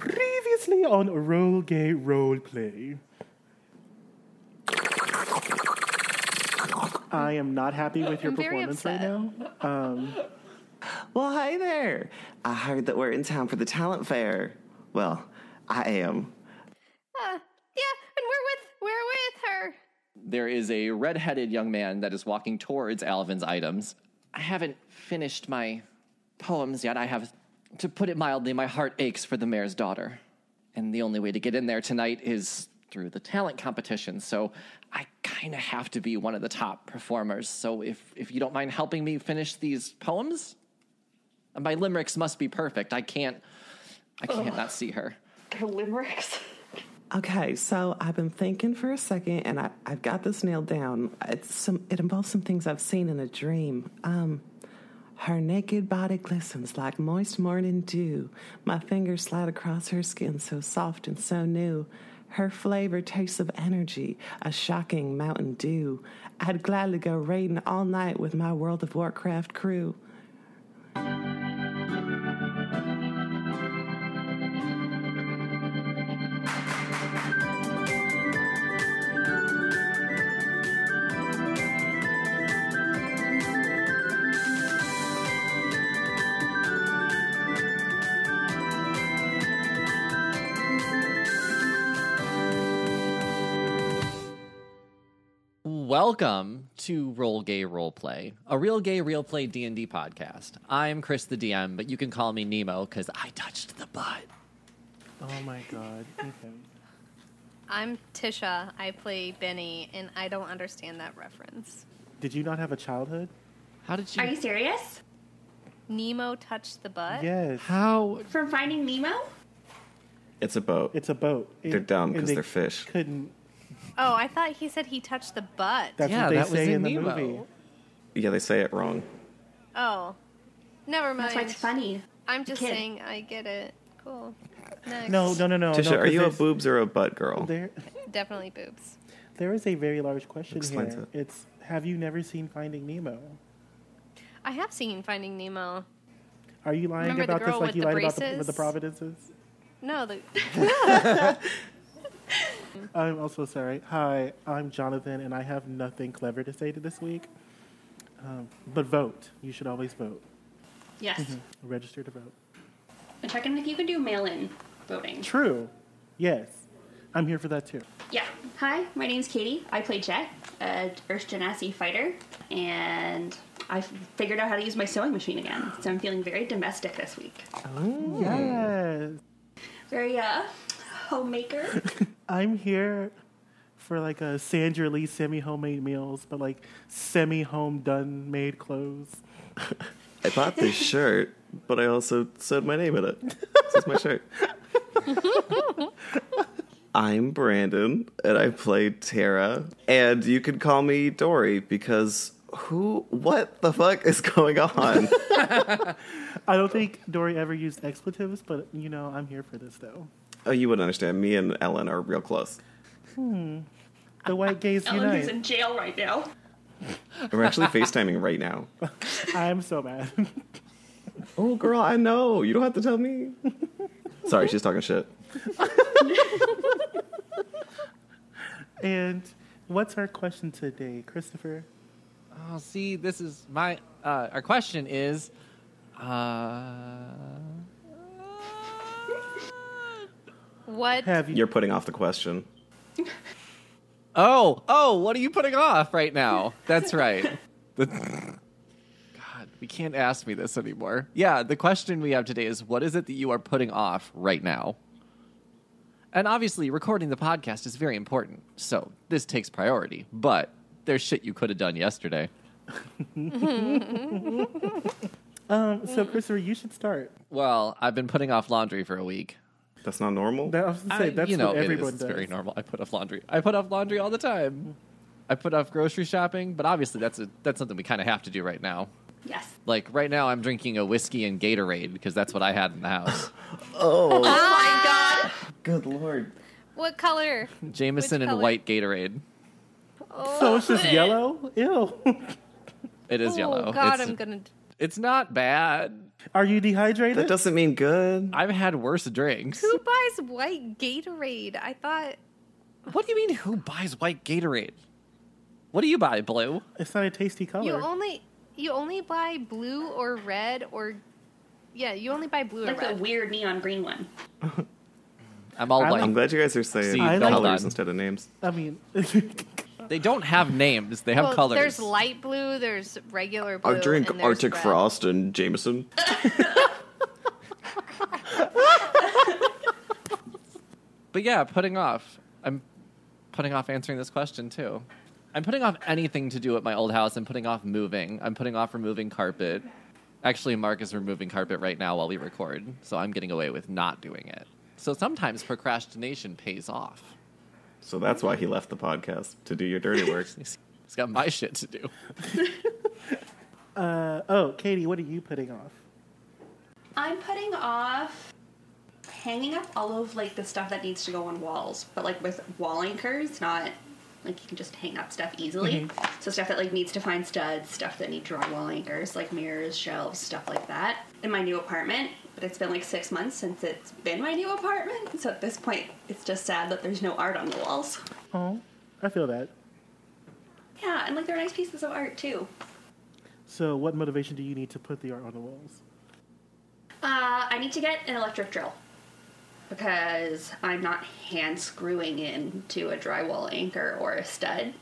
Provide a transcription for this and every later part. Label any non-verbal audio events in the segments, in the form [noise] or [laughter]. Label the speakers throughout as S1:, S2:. S1: previously on Roll Gay Roleplay. I am not happy with your
S2: I'm very
S1: performance right now.
S3: Well, hi there. I heard that we're in town for the talent fair. Well, I am.
S2: Uh, yeah, and we're with we're with her.
S4: There is a redheaded young man that is walking towards Alvin's items. I haven't finished my poems yet. I have, to put it mildly, my heart aches for the mayor's daughter. And the only way to get in there tonight is through the talent competition. So I kind of have to be one of the top performers. So if, if you don't mind helping me finish these poems, my limericks must be perfect. I can't, I can't not see her.
S5: [laughs] Limericks.
S3: Okay, so I've been thinking for a second, and I, I've got this nailed down. It's some. It involves some things I've seen in a dream. Um, her naked body glistens like moist morning dew. My fingers slide across her skin, so soft and so new. Her flavor tastes of energy, a shocking mountain dew. I'd gladly go raiding all night with my World of Warcraft crew.
S4: Welcome to Roll Gay Role Play, a real gay real play D&D podcast. I'm Chris the DM, but you can call me Nemo cuz I touched the butt.
S1: Oh my god. Okay.
S2: I'm Tisha. I play Benny, and I don't understand that reference.
S1: Did you not have a childhood?
S4: How did you,
S5: Are you serious?
S2: Nemo touched the butt.
S1: Yes.
S4: How
S5: From Finding Nemo?
S3: It's a boat.
S1: It's a boat.
S3: They're
S1: It-
S3: dumb
S1: and
S3: 'cause
S1: they
S3: they're fish.
S1: Couldn't.
S2: Oh, I thought he said he touched the butt.
S1: That's
S4: Yeah,
S1: what they
S4: that was
S1: say in
S4: in
S1: the
S4: Nemo.
S1: movie.
S3: yeah, they say it wrong.
S2: oh, never mind.
S5: That's why it's funny.
S2: I'm just
S5: Kid.
S2: saying. I get it. Cool. Next.
S1: No, no, no, no.
S3: Tisha,
S1: Oh, no,
S3: are
S1: 'cause
S3: you a
S1: there's-
S3: boobs or a butt girl?
S1: There,
S2: Definitely boobs.
S1: there is a very large question
S3: Explains
S1: here.
S3: it.
S1: It's have you never seen Finding Nemo?
S2: I have seen Finding Nemo.
S1: Are you lying
S2: Remember the
S1: about this
S2: girl
S1: like
S2: with
S1: you
S2: the
S1: lied about the, with
S2: braces?
S1: the Providences?
S2: No, the
S1: I'm also sorry. Hi, I'm Jonathan, and I have nothing clever to say to this week. Um, but vote. You should always vote.
S5: Yes.
S1: Register to vote.
S5: I'm checking if you can do mail in voting.
S1: True. Yes. I'm here for that too.
S5: Yeah. Hi, my name's Katie. I play Jet, a Earth Genasi fighter, and I f- figured out how to use my sewing machine again, so I'm feeling very domestic this week.
S1: Yes.
S5: Very, uh, [laughs] homemaker.
S1: I'm here for like a Sandra Lee semi homemade meals, but like semi home done made clothes.
S3: I
S1: [laughs]
S3: bought this shirt, but I also sewed my name in it. This is
S1: [laughs]
S3: my shirt. I'm Brandon, and I play Tara. And you can call me Dory because who? What the fuck is
S1: [laughs]
S3: going on?
S1: I don't think Dory ever used expletives, but you know, I'm here for this though.
S3: oh, you wouldn't understand. Me and Ellen are real close.
S1: The white gays
S5: Ellen, who's
S1: unite.
S5: in jail right now.
S3: We're actually FaceTiming right now.
S1: I'm so mad. [laughs]
S3: Oh, girl, I know. You don't have to
S1: [laughs]
S3: tell me. Sorry, she's talking shit.
S1: and what's our question today, Christopher?
S4: Oh, see, this is my uh our question is
S5: [laughs]
S4: uh
S2: what?
S1: Have you?
S3: You're putting off the question.
S4: Oh, oh, what are you putting off right now? That's
S1: [laughs]
S4: right. The- God, we can't ask me this anymore. Yeah, the question we have today is what is it that you are putting off right now? And obviously, recording the podcast is very important, so this takes priority, but there's shit you could have done yesterday.
S1: Um, so, Christopher, you should start.
S4: Well, I've been putting off laundry for a week.
S3: That's not normal.
S1: That, I was gonna
S4: I-
S1: say, that's
S4: you know,
S1: what
S4: it is.
S1: everyone
S4: It's
S1: does.
S4: very normal. I put off laundry. I put off laundry all the time. I put off grocery shopping, but obviously that's a, that's something we kind of have to do right now.
S5: Yes.
S4: Like right now, I'm drinking a whiskey and Gatorade because that's what I had in the house.
S3: Good lord.
S2: What color?
S4: Jameson
S2: [laughs] Which
S4: and
S2: color?
S4: white Gatorade.
S1: So it's just yellow? Ew. [laughs]
S4: It is
S2: oh
S4: yellow.
S2: God,
S4: It's-
S2: I'm gonna
S4: It's not bad.
S1: Are you dehydrated?
S3: That doesn't mean good.
S4: I've had worse drinks.
S2: Who buys white Gatorade? I thought
S4: What do you mean, who buys white Gatorade? What do you buy, Blue?
S1: it's not a tasty color.
S2: you only you only buy blue or red or yeah, you only buy blue
S5: Like
S2: or
S5: the
S2: red.
S5: white neon green one.
S4: I'm all
S1: I
S4: like,
S1: like-
S3: I'm glad you guys are saying
S4: See, I
S1: like-
S3: colors instead of names.
S1: I mean, [laughs]
S4: they don't have names, they have
S2: well,
S4: colors.
S2: There's light blue. There's regular blue.
S3: I drink
S2: and there's
S3: Arctic
S2: red.
S3: Frost and Jameson.
S4: But yeah, putting off. I'm putting off answering this question too. I'm putting off anything to do at my old house. I'm putting off moving. I'm putting off removing carpet. Actually, Mark is removing carpet right now while we record, so I'm getting away with not doing it. So sometimes procrastination pays off.
S3: So that's why he left the podcast to do your dirty
S6: [laughs]
S3: work.
S4: He's he's got my shit to do.
S1: uh, oh, Katie, what are you putting off?
S5: I'm putting off hanging up all of like the stuff that needs to go on walls, but like with wall anchors, not like you can just hang up stuff easily. So stuff that like needs to find studs, stuff that need dry wall anchors, like mirrors, shelves, stuff like that. In my new apartment, but it's been like six months since it's been my new apartment. So at this point, it's just sad that there's no art on the walls.
S1: Oh, I feel that.
S5: Yeah, and like they're nice pieces of art too.
S1: So, what motivation do you need to put the art on the walls?
S5: Uh, I need to get an electric drill because I'm not hand screwing into a drywall anchor or a stud.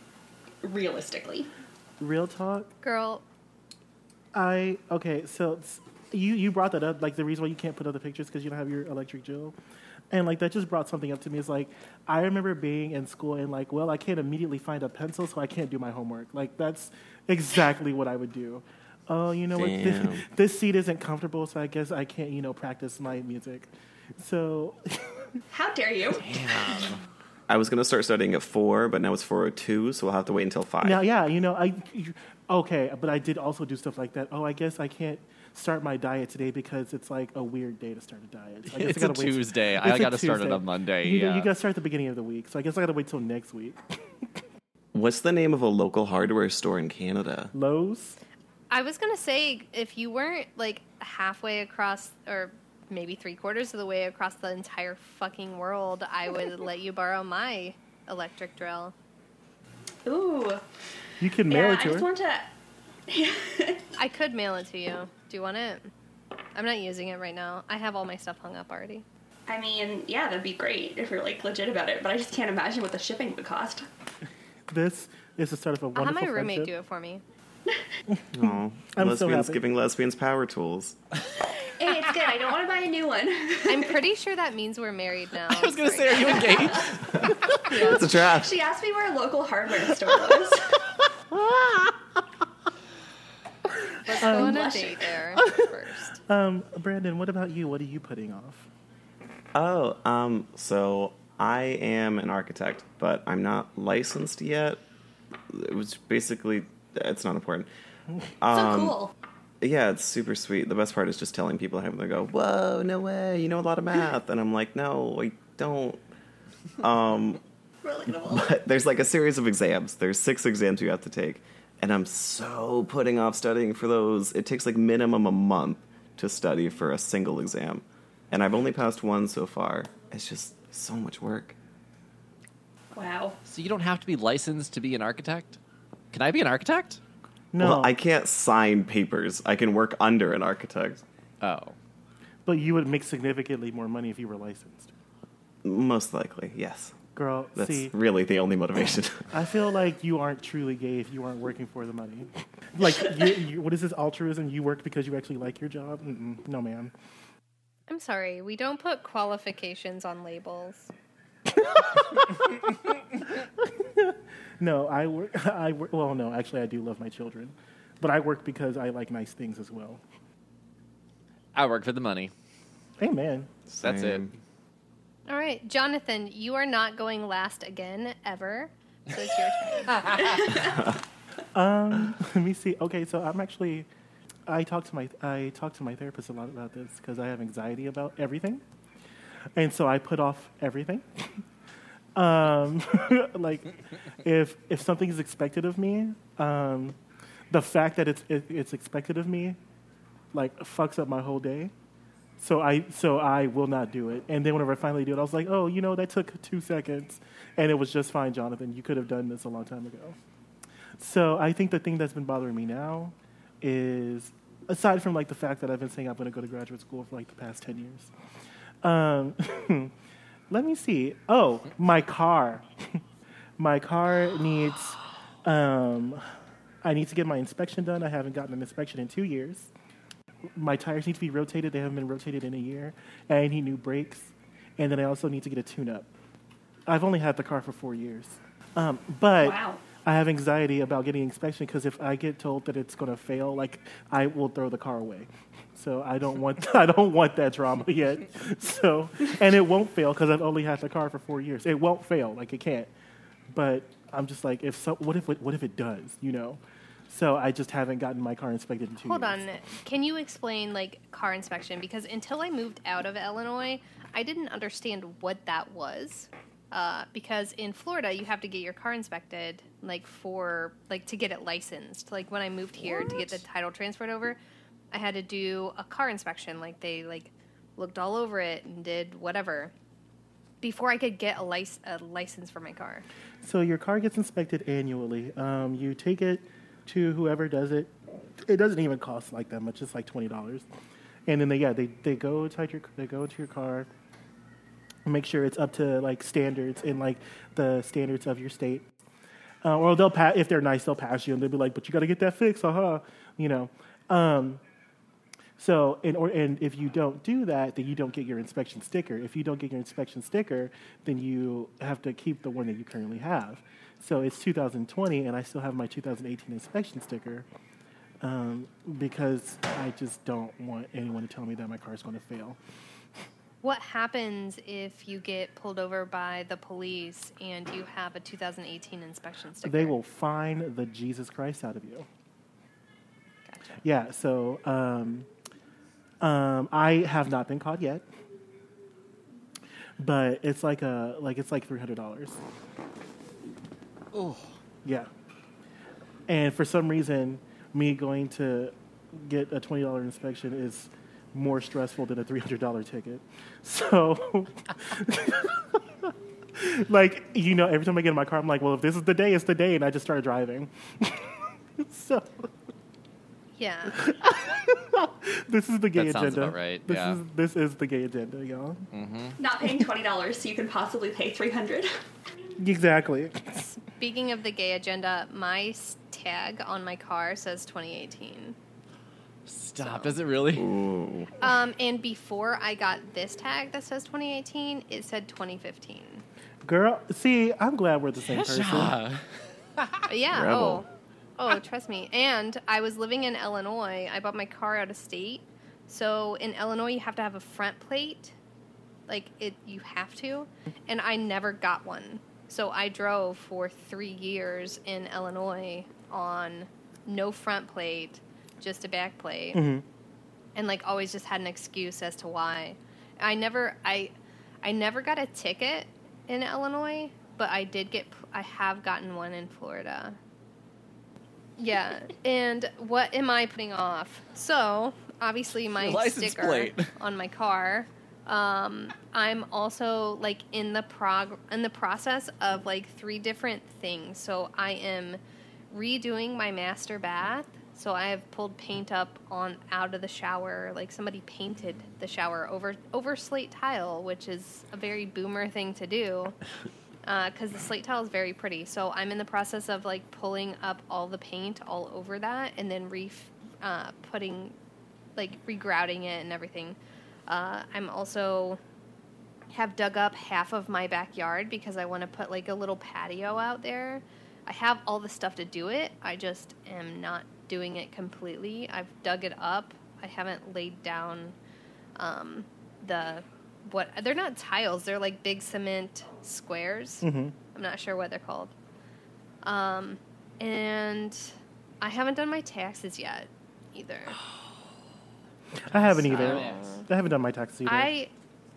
S5: Realistically,
S1: Real talk.
S2: Girl,
S1: I okay. So it's- you you brought that up. Like the reason why you can't put up the pictures because you don't have your electric drill, and like that just brought something up to me. It's like I remember being in school and like, well, I can't immediately find a pencil, so I can't do my homework. Like that's [laughs] exactly what I would do. Oh, you know what? [laughs] This,
S3: Damn.
S1: this seat isn't comfortable, so I guess I can't you know practice my music. So
S5: how dare you?
S3: I was gonna start studying at four, but now it's four oh two, so we'll have to wait until five.
S1: Now, yeah, you know, I you- okay, but I did also do stuff like that. Oh, I guess I can't start my diet today because it's like a weird day to start a diet. So I guess
S4: It's
S1: I gotta
S4: a
S1: wait- [laughs]
S4: Tuesday. I
S1: It's a
S4: gotta start it
S1: Tuesday.
S4: on Monday,
S1: You,
S4: yeah.
S1: you gotta start at the beginning of the week, so I guess I gotta wait till next week.
S3: What's the name of a local hardware store in Canada?
S1: Lowe's.
S2: I was gonna say if you weren't like halfway across or maybe three quarters of the way across the entire fucking world, I
S3: [laughs]
S2: would let you borrow my electric drill.
S5: Ooh,
S1: You can mail
S5: yeah.
S1: it to
S5: I
S1: her.
S5: just want to.
S2: I could mail it to you. Do you want it? I'm not using it right now. I have all my stuff hung up already.
S5: I mean, yeah, that'd be great if you're like legit about it, but I just can't imagine what the shipping would cost.
S1: this is the start of a
S2: I'll have
S1: wonderful
S2: my roommate do
S1: friendship.
S2: it for me.
S3: Oh,
S1: I'm so
S3: lesbians
S1: happy.
S3: giving lesbians power tools.
S5: Hey, it's good. I don't want to buy a new one. [laughs]
S2: I'm pretty sure that means we're
S4: [laughs]
S2: married now.
S4: I was gonna say, are you engaged?
S3: That's a trap.
S5: she asked me where a local hardware store was. [laughs]
S2: let's go on a
S5: blushing.
S2: date [laughs] there first.
S1: Um, Brandon, what about you? What are you putting off?
S3: Oh, um, so I am an architect, but I'm not licensed yet. It was basically it's not important.
S5: so cool.
S3: Yeah, it's super sweet. The best part is just telling people having to go, "Whoa, no way! You know a lot of math," and I'm like, "No, I don't."
S5: Relatable.
S3: [laughs] There's like a series of exams. There's six exams you have to take, and I'm so putting off studying for those. It takes like minimum a month to study for a single exam, and I've only passed one so far. It's just so much work.
S5: Wow.
S4: So you don't have to be licensed to be an architect? Can I be an architect?
S1: No,
S3: Well, I can't sign papers. I can work under an architect.
S4: Oh.
S1: but you would make significantly more money if you were licensed,
S3: Most likely, yes.
S1: girl.
S3: That's
S1: see,
S3: really the only motivation.
S1: I feel like you aren't truly gay if you aren't working for the money. Like, you, you, what is this altruism? You work because you actually like your job? Mm-mm, no, ma'am.
S2: I'm sorry, we don't put qualifications on labels.
S1: No, I work. [laughs] I work. Well, no, actually, I do love my children, but I work because I like nice things as well.
S4: I work for the money.
S1: Amen.
S4: That's it.
S3: Same.
S2: All right, Jonathan, you are not going last again ever. So it's your turn.
S1: [laughs] Let me see. Okay, so I'm actually. I talk to my I talk to my therapist a lot about this because I have anxiety about everything, and so I put off everything. [laughs] um, [laughs] like, if if something is expected of me, um, the fact that it's it, it's expected of me like fucks up my whole day. So I so I will not do it. And then whenever I finally do it, I was like, oh, you know, that took two seconds, and it was just fine, Jonathan. You could have done this a long time ago. So I think the thing that's been bothering me now is, aside from like the fact that I've been saying I'm going to go to graduate school for like the past ten years, um, [laughs] let me see. Oh, my car. my car needs. Um, I need to get my inspection done. I haven't gotten an inspection in two years. My tires need to be rotated. They haven't been rotated in a year. And I need new brakes. And then I also need to get a tune up. I've only had the car for four years. Um, but
S5: Wow.
S1: I have anxiety about getting inspection because if I get told that it's going to fail, like I will throw the car away. So I don't want [laughs] I don't want that drama yet. So and it won't fail because I've only had the car for four years. It won't fail, like it can't. But I'm just like, if so, what if it, what if it does? You know. So I just haven't gotten my car inspected in two
S2: Hold
S1: years.
S2: on. Can you explain like car inspection? Because until I moved out of Illinois, I didn't understand what that was. Uh, because in Florida, you have to get your car inspected, like for like to get it licensed. Like when I moved here to get the title transferred over, I had to do a car inspection. Like they like looked all over it and did whatever before I could get a, lic- a license for my car.
S1: So your car gets inspected annually. Um, you take it to whoever does it. It doesn't even cost like that much. It's like twenty dollars, and then they yeah they, they go inside your they go into your car, make sure it's up to like standards and like the standards of your state. Uh, or they'll pass if they're nice, they'll pass you and they'll be like, "But you got to get that fixed, uh-huh. You know. Um, so, and, or, and if you don't do that, then you don't get your inspection sticker. If you don't get your inspection sticker, then you have to keep the one that you currently have. So it's 2020, and I still have my 2018 inspection sticker um, because I just don't want anyone to tell me that my car is going to fail.
S2: What happens if you get pulled over by the police and you have a 2018 inspection sticker?
S1: They will fine the Jesus Christ out of you.
S2: Gotcha.
S1: Yeah, so um, um, I have not been caught yet, but it's like a like it's like three hundred dollars. Oh, yeah. And for some reason, me going to get a twenty dollar inspection is more stressful than a three hundred dollar ticket. [laughs] So. Like you know, every time I get in my car, I'm like, "Well, if this is the day, it's the day," and I just start driving. [laughs] so, [laughs]
S2: Yeah.
S1: this is the gay
S4: That
S1: agenda.
S4: sounds about right,
S1: This
S4: yeah.
S1: is this is the gay agenda, y'all.
S5: Not paying twenty dollars, so you can possibly pay three hundred.
S1: Exactly.
S2: Speaking of the gay agenda, my s- tag on my car says 2018.
S4: Stop. Is it really?
S2: Um, and before I got this tag that says 2018, it said 2015.
S1: Girl, see, I'm glad we're the same person.
S4: Yeah.
S2: But Uh, yeah.
S7: Rebel.
S2: Oh. Oh, trust me. And I was living in Illinois. I bought my car out of state. So in Illinois, you have to have a front plate. Like it, you have to. And I never got one. So I drove for three years in Illinois on no front plate, just a back plate, and like always just had an excuse as to why. I never, I, I never got a ticket in Illinois, but I did get, I have gotten one in Florida. Yeah, and what am I putting off? So obviously my
S4: Your license
S2: sticker
S4: plate. [laughs]
S2: on my car. Um, I'm also like in the prog in the process of like three different things. So I am redoing my master bath. So I have pulled paint up on out of the shower. Like somebody painted the shower over over slate tile, which is a very boomer thing to do because uh, the slate tile is very pretty. So I'm in the process of like pulling up all the paint all over that and then re uh, putting like regrouting it and everything. Uh, I'm also have dug up half of my backyard because I want to put like a little patio out there. I have all the stuff to do it. I just am not doing it completely. I've dug it up. I haven't laid down um, the what they're not tiles. They're like big cement squares.
S6: Mm-hmm.
S2: I'm not sure what they're called. Um, and I haven't done my taxes yet
S6: [gasps]
S2: either.
S1: I haven't either. I haven't done my taxes either.
S2: I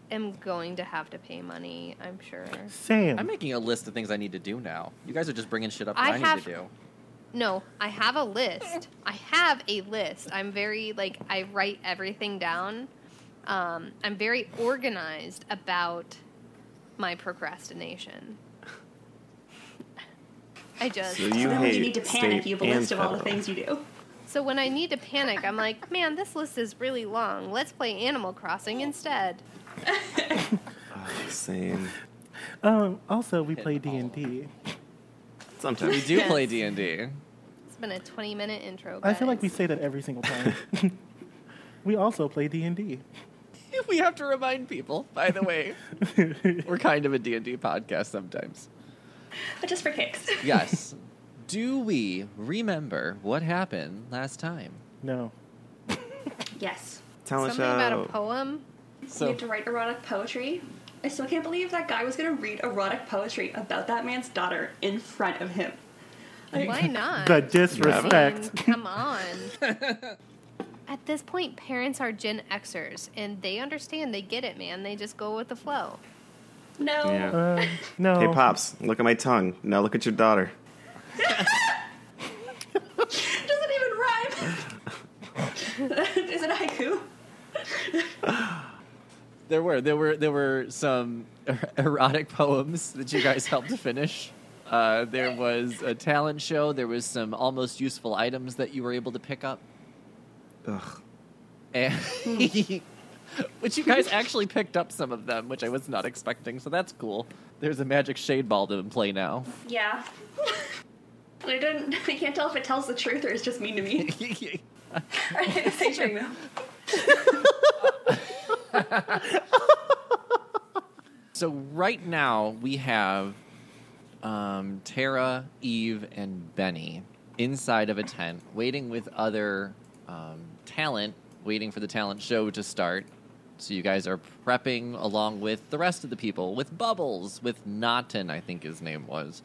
S2: am going to have to pay money. I'm sure.
S1: Same.
S4: I'm making a list of things I need to do now. You guys are just bringing shit up that
S2: I
S4: I, need
S2: have-
S4: to do.
S2: No, I have a list. I have a list. I'm very like I write everything down. Um, I'm very organized about my
S6: [laughs]
S2: procrastination. I just
S6: So you
S5: then when
S6: hate
S5: you need to panic,
S6: state
S5: you have a
S6: and
S5: list of all the
S6: federal.
S5: things you do.
S2: so when I need to panic, I'm like, man, this list is really long. Let's play Animal Crossing instead.
S5: [laughs]
S6: Same.
S1: Um, also, we play D and D.
S6: Sometimes
S4: We do play D and D.
S2: It's been a 20 minute intro.
S1: I feel like we
S2: guys.
S1: say that every single time. [laughs] we also play D and D.
S4: [laughs] We have to remind people. By the [laughs] way, we're kind of a D and D podcast sometimes.
S5: But just for kicks.
S4: Yes. do we remember what happened last time?
S1: No,
S5: yes.
S6: Tell us
S2: something about a
S4: uh, [laughs]
S6: out.
S2: poem.
S5: we
S4: So
S5: have to write erotic poetry. I still can't believe that guy was going to read erotic poetry about that man's daughter in front of him.
S2: Why not?
S1: the
S2: I mean,
S1: disrespect.
S2: Come on.
S4: [laughs]
S2: At this point, parents are Gen Xers, and they understand. They get it, man. They just go with the flow.
S5: No.
S6: Yeah.
S1: Uh, no.
S6: [laughs] Hey, pops, look at my tongue. Now look at your daughter.
S5: It doesn't even rhyme. [laughs] Is it haiku?
S4: there were there were there were some [laughs] er- erotic poems that you guys helped to finish. Uh, there was a talent show. There was some almost useful items that you were able to pick up.
S6: Ugh.
S4: and [laughs] which you guys actually picked up some of them, which I was not expecting. So that's cool. There's a magic shade ball to play now.
S5: Yeah. And I didn't. [laughs] I can't tell if it tells the truth or it's just mean
S4: [laughs]
S5: to me. [laughs] Are they the same thing, though?
S4: so right now we have um, Tara, Eve, and Benny inside of a tent, waiting with other um, talent, waiting for the talent show to start. So you guys are prepping along with the rest of the people, with Bubbles, with Naughton, I think his name was,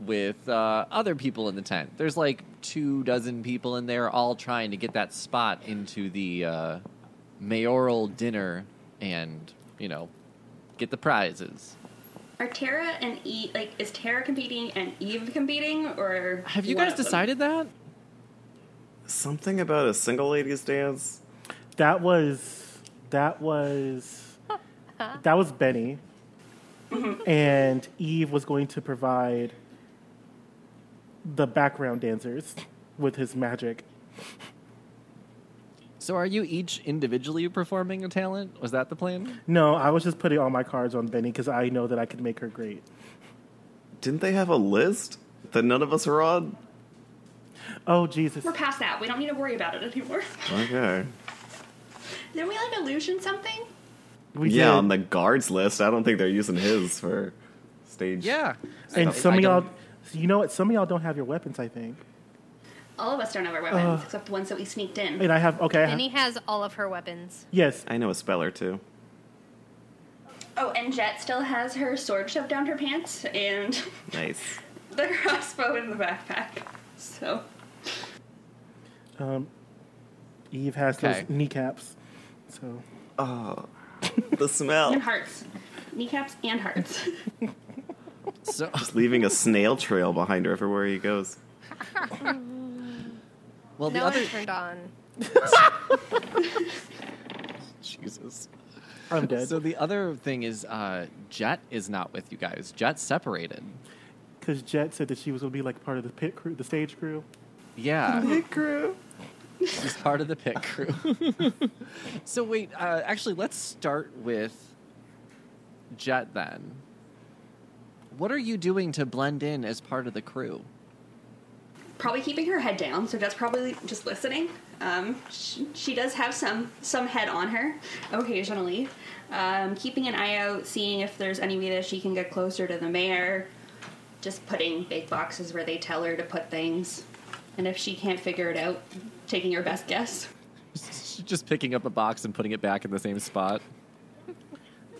S4: with uh, other people in the tent. There's like two dozen people in there, all trying to get that spot into the uh, mayoral dinner, and you know, get the prizes.
S5: Are Tara and Eve like is Tara competing and Eve competing or
S4: Have you
S5: one
S4: guys
S5: of them?
S4: decided that?
S6: Something about a single ladies dance.
S1: That was that was that was Benny, and Eve was going to provide the background dancers with his magic.
S4: So are you each individually performing a talent? Was that the plan?
S1: No, I was just putting all my cards on Benny because I know that I could make her great.
S6: Didn't they have a list that none of us are on?
S1: Oh Jesus!
S5: We're past that. We don't need to worry about it anymore. [laughs]
S6: Okay.
S5: Didn't we like illusion something?
S1: We
S6: yeah,
S1: did.
S6: on the guards list. I don't think they're using his for
S4: [laughs]
S6: stage.
S1: and
S4: So
S1: some
S4: I
S1: of y'all,
S4: don't-
S1: you know what? Some of y'all don't have your weapons. I think,
S5: All of us don't have our weapons except the ones that we sneaked in.
S1: and I have. Okay, I ha-
S2: And he has all of her weapons.
S1: yes,
S6: I know a speller too.
S5: Oh, and Jet still has her sword shoved down her pants and [laughs]
S6: Nice.
S5: the crossbow in the backpack. So
S1: um, Eve has
S4: Okay.
S1: those kneecaps. So
S6: Oh, the smell.
S5: and hearts, kneecaps and hearts.
S4: [laughs]
S5: [laughs]
S4: So
S6: Leaving a snail trail behind her everywhere he goes.
S4: well, the
S2: Now
S4: other
S2: I'm turned on.
S4: [laughs] Jesus.
S1: I'm dead
S4: [laughs] So the other thing is, uh, Jet is not with you guys. Jet's separated.
S1: because Jet said that she was going to be like part of the pit crew, the stage crew.
S4: Yeah,
S6: Big crew.
S4: she's part of the pit crew. [laughs] so wait, uh, actually, let's start with Jet then. What are you doing to blend in as part of the crew?
S5: probably keeping her head down, so that's probably just listening. Um, she, she does have some some head on her occasionally. Um, keeping an eye out, seeing if there's any way that she can get closer to the mayor. Just putting big boxes where they tell her to put things, and if she can't figure it out, taking her best guess.
S4: [laughs] Just picking up a box and putting it back in the same spot.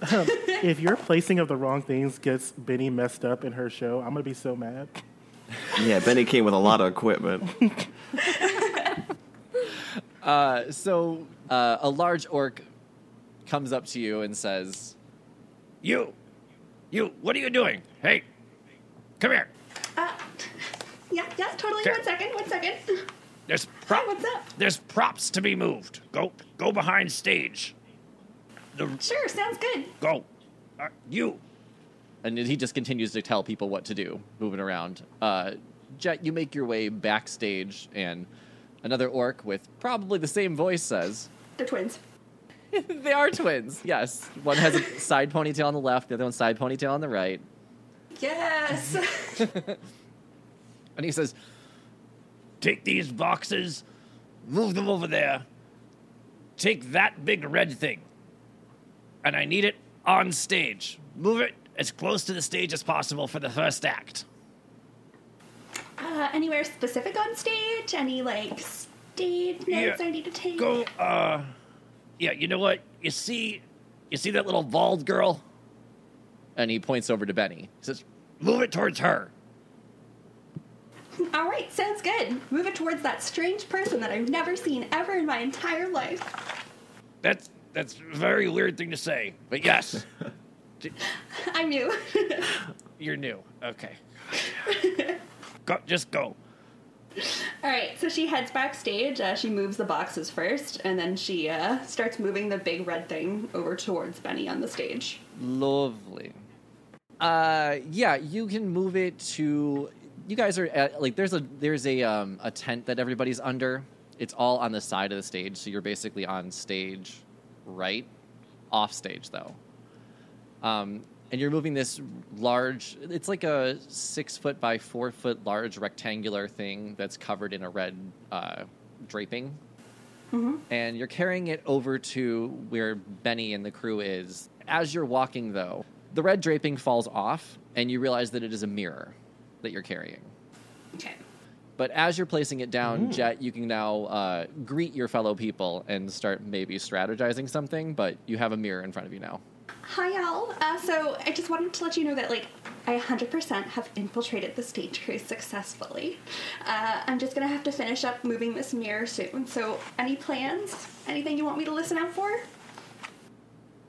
S1: if your placing of the wrong things gets Benny messed up in her show, I'm gonna be so mad.
S6: Yeah, Benny came with a lot of equipment.
S4: Uh, so uh, a large orc comes up to you and says,
S8: You, you, what are you doing? Hey, come here.
S5: Uh, Yeah, yeah, totally.
S8: Okay.
S5: One second, one second.
S8: There's prop.
S5: what's up?
S8: There's props to be moved. Go, go behind stage. The
S5: Sure, sounds good.
S8: go. Uh, you.
S4: and he just continues to tell people what to do, moving around. Uh, Jet, you make your way backstage, and another orc with probably the same voice says, [laughs]
S5: They're twins.
S4: "They are twins. Yes, one has a side ponytail on the left, the other one's side ponytail on the right."
S5: Yes.
S4: And he says,
S8: Take these boxes. Move them over there. Take that big red thing. And I need it on stage. Move it as close to the stage as possible for the first act.
S5: [laughs] uh, anywhere specific on stage? Any like stage notes
S8: Yeah.
S5: I need to take?
S8: Go. Uh. Yeah. You know what? You see. You see that little bald girl?
S4: and he points over to Benny.
S8: He says, "Move it towards her."
S5: All right, sounds good. Move it towards that strange person that I've never seen ever in my entire life. [laughs]
S8: That's that's a very weird thing to say, but yes,
S5: I knew.
S8: you're new. Okay. go, just go.
S5: [laughs] All right, so she heads backstage. Uh, she moves the boxes first, and then she uh, starts moving the big red thing over towards Benny on the stage.
S4: Lovely. Uh, yeah, you can move it to. You guys are at, like there's a there's a um a tent that everybody's under. It's all on the side of the stage, so you're basically on stage, right? Off stage though. Um, and you're moving this large. It's like a six foot by four foot large rectangular thing that's covered in a red uh, draping and you're carrying it over to where Benny and the crew is. As you're walking, though, the red draping falls off, and you realize that it is a mirror that you're carrying.
S5: Okay.
S4: But as you're placing it down, Jet, you can now uh, greet your fellow people and start maybe strategizing something, but you have a mirror in front of you now.
S5: Hi, all. Uh, so I just wanted to let you know that, like, I 100% have infiltrated the stage crew successfully. Uh, I'm just gonna have to finish up moving this mirror soon. So, any plans? Anything you want me to listen out for?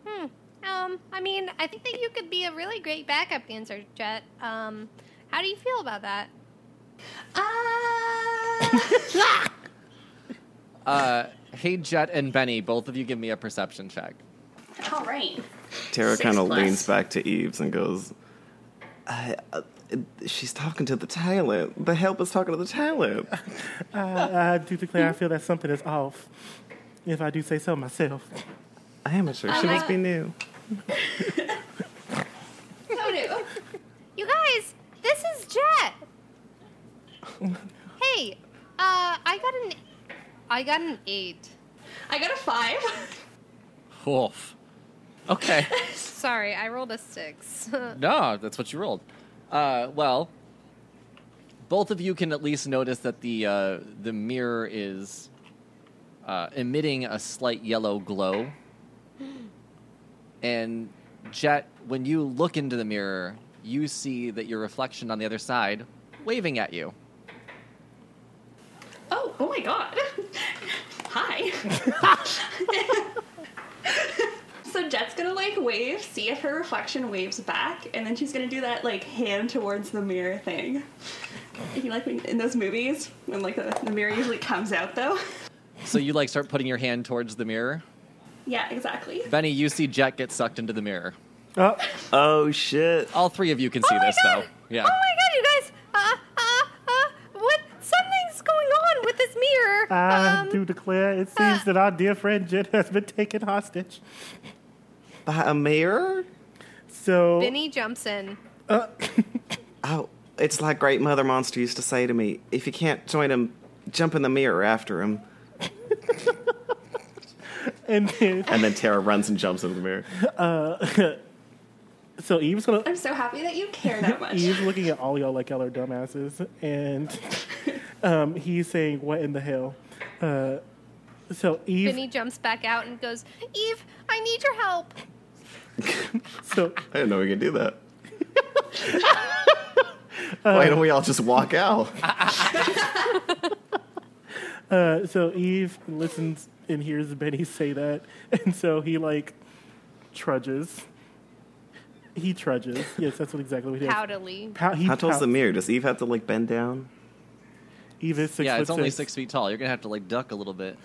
S2: Hmm. Um, I mean, I think that you could be a really great backup dancer, Jet. Um, how do you feel about that?
S5: Uh, [laughs]
S4: Uh, hey, Jet and Benny, both of you give me a perception check.
S5: all right.
S6: Tara
S5: Six
S6: kind of
S5: plus.
S6: leans back to Eves and goes, I, uh, "She's talking to the talent. The help is talking to the talent."
S1: I, I do declare I feel that something is off, if I do say so myself.
S6: Amateur, she must be new.
S5: So do.
S2: You guys, this is
S1: [laughs]
S2: Jet. hey, uh, I got an, I got an eight.
S5: I got a five. [laughs]
S4: Oof. Okay.
S2: Sorry, I rolled a six. [laughs]
S1: Oh
S4: No, that's what you rolled. Uh, well, both of you can at least notice that the uh, the mirror is uh, emitting a slight yellow
S2: [gasps]
S4: glow. And Jet, when you look into the mirror, you see that your reflection on the other side waving at you.
S5: Oh, oh my god. [laughs] Hi. [laughs] so Jet's gonna like wave, see if her reflection waves back, and then she's gonna do that like hand towards the mirror thing. If you like in those movies, when like the, the mirror usually comes out though.
S4: So you like start putting your hand towards the mirror.
S5: Yeah, exactly.
S4: Benny, you see Jet get sucked into the mirror.
S1: Oh,
S6: Oh shit!
S4: All three of you can see
S2: my
S4: this
S2: God.
S4: though. Yeah.
S2: Oh my god, you guys! Uh, uh, uh, what? Something's going on with this mirror.
S1: I
S2: um,
S1: Uh,
S2: uh,
S1: do declare it seems that our dear friend Jed has been taken hostage.
S6: By a mirror?
S1: So
S2: Benny jumps in.
S6: Oh, it's like Great Mother Monster used to say to me: If you can't join him, jump in the mirror after him.
S1: and then,
S6: And then Tara runs and jumps into the mirror.
S1: so Eve's gonna
S5: I'm so happy that you care that [laughs] much.
S1: Eve's looking at all y'all like y'all are dumbasses, and um, he's saying, "What in the hell?" Uh, so Eve,
S2: Benny jumps back out and goes, Eve, I need your help.
S1: so
S6: I didn't know we could do [laughs] that. Why don't we all just walk out?
S1: Uh, so Eve listens and hears Benny say that, [laughs] and so he like trudges. He trudges. Yes, that's what exactly what he does.
S2: Poutily.
S1: Pout- he
S6: How tall's the
S1: pouts.
S6: mirror? Does Eve have to like bend down?
S1: Eva's six
S4: yeah,
S1: foot
S4: it's only
S1: six.
S4: six feet tall. You're gonna have to like duck a little bit.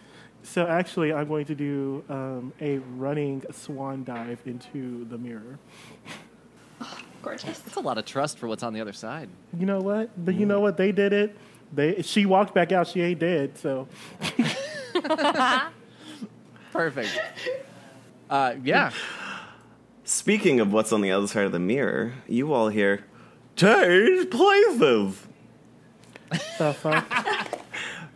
S1: So actually, I'm going to do um, a running swan dive into the mirror.
S5: Gorgeous.
S4: That's a lot of trust for what's on the other side.
S1: You know what? But
S6: Mm.
S1: you know what? They did it. They she walked back out. She ain't dead. So
S4: Perfect. [laughs] Uh, yeah.
S6: Speaking of what's on the other side of the mirror, you all hear change places.
S1: the
S6: [laughs]
S1: fuck.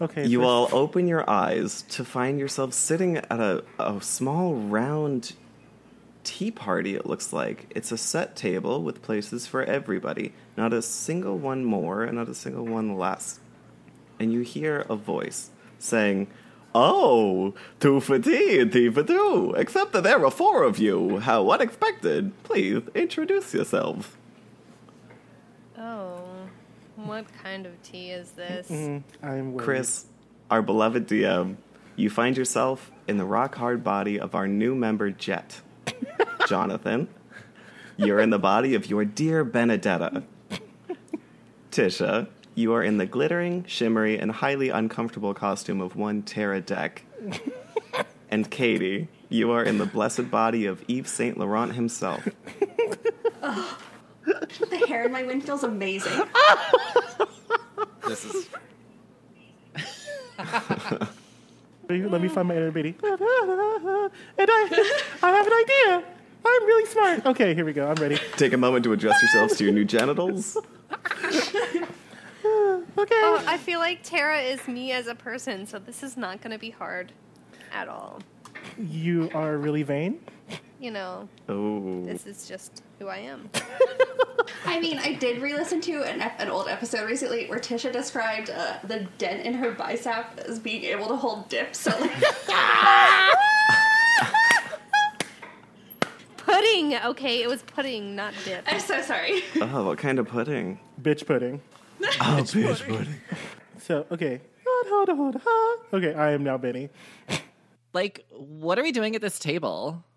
S1: Okay.
S6: You
S1: first-
S6: all open your eyes to find yourself sitting at a, a small round tea party, it looks like. It's a set table with places for everybody. Not a single one more and not a single one less. And you hear a voice saying, Oh, two for tea and tea for two, except that there are four of you. How unexpected. Please introduce yourselves.
S2: Oh, what kind of tea is this?
S1: I'm worried.
S6: Chris, our beloved DM, you find yourself in the rock hard body of our new member, Jet. Jonathan, you're in the body of your dear Benedetta. Tisha, you are in the glittering, shimmery, and highly uncomfortable costume of one Terra Deck. and Katie, you are in the blessed body of Yves Saint Laurent himself.
S5: The hair in my wind feels amazing.
S4: This is [laughs]
S1: Let me find my inner baby. And I, I have an idea. I'm really smart. Okay, here we go. I'm ready.
S6: Take a moment to adjust yourselves to your new genitals.
S1: Okay.
S2: Oh, I feel like Tara is me as a person, so this is not going to be hard at all.
S1: you are really vain.
S2: You know,
S6: Oh.
S2: this is just who I am.
S5: I mean, I did re-listen to an, ep- an old episode recently where Tisha described uh, the dent in her bicep as being able to hold dips. So like,
S2: [laughs] Pudding! Okay, it was pudding, not dip.
S5: I'm so sorry.
S6: Oh, what kind of pudding?
S1: Bitch pudding.
S6: Oh, bitch pudding.
S1: So okay. Okay, I am now Benny.
S4: like, what are we doing at this table?
S5: [laughs]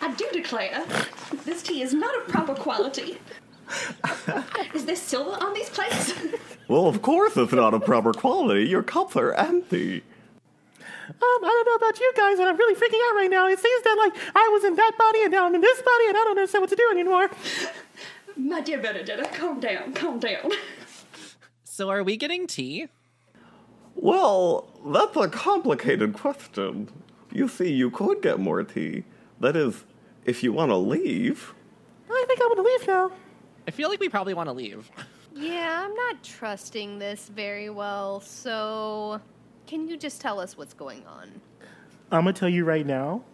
S5: I do declare, this tea is not of proper [laughs] quality. is there silver on these plates? [laughs]
S6: Well, of course, it's not of proper quality. Your cups are empty.
S1: Um, I don't know about you guys, but I'm really freaking out right now. It seems that like I was in that body and now I'm in this body, and I don't understand what to do anymore.
S5: My dear Benedetta, calm down, calm down.
S4: So, are we getting tea?
S6: Well, that's a complicated question. You see, you could get more tea. That is, if you want to leave.
S1: I think I'm gonna leave now.
S4: I feel like we probably want to leave. [laughs]
S2: Yeah, I'm not trusting this very well, so can you just tell us what's going on?
S1: I'm gonna tell you right now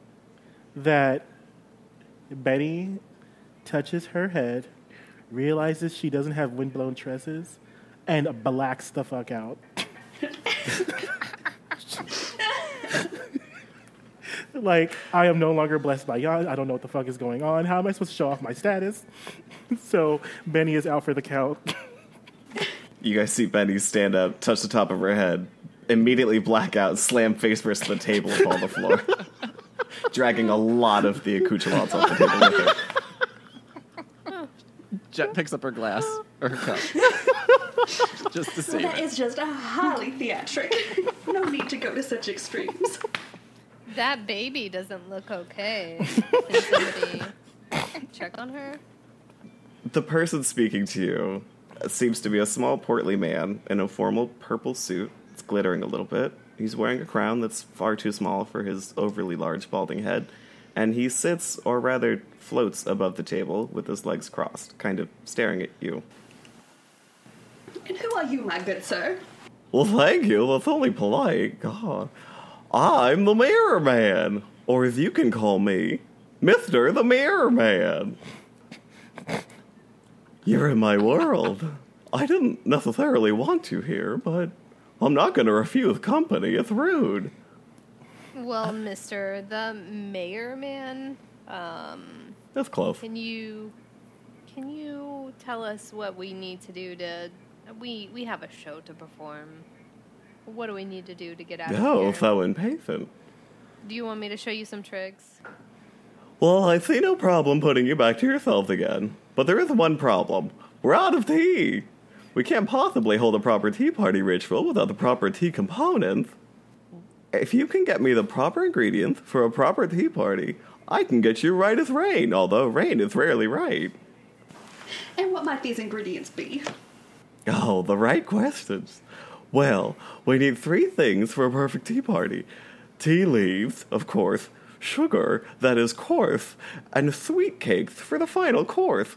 S1: that Betty touches her head, realizes she doesn't have windblown tresses, and blacks the fuck out. [laughs] like I am no longer blessed by Yon. I don't know what the fuck is going on. How am I supposed to show off my status? [laughs] so Benny is out for the [laughs] count.
S6: You guys see Benny stand up, touch the top of her head, immediately black out, slam face first to the table, and fall on the floor, dragging a lot of the accoutrements off the table with her.
S4: Jet picks up her glass or her cup [laughs] just to save
S5: That
S4: it.
S5: is just a [laughs] highly theatric. No need to go to such extremes.
S2: That baby doesn't look [laughs] okay. Can [coughs] somebody check on her?
S6: The person speaking to you seems to be a small, portly man in a formal purple suit. It's glittering a little bit. He's wearing a crown that's far too small for his overly large balding head, and he sits, or rather floats, above the table with his legs crossed, kind of staring at you.
S5: And who are you, my good sir?
S6: Well, thank you. That's only polite. God. I'm the Mirror Man. Or as you can call me, Mr. the Mirror Man. You're in my world. I didn't necessarily want you here, but I'm not going to refuse company. It's rude.
S2: Well, Mister, the mayor man, um,
S6: That's close.
S2: can you can you tell us what we need to do to we we have a show to perform. What do we need to do to get out
S6: Oh,
S2: of here?
S6: so impatient.
S2: Do you want me to show you some tricks?
S6: Well, I see no problem putting you back to yourself again. But there is one problem. We're out of tea. We can't possibly hold a proper tea party ritual without the proper tea components. If you can get me the proper ingredients for a proper tea party, I can get you right as rain, although rain is rarely right.
S5: And what might these ingredients be?
S6: Oh, the right questions. Well, we need three things for a perfect tea party tea leaves, of course, sugar, that is coarse, and sweet cakes for the final course.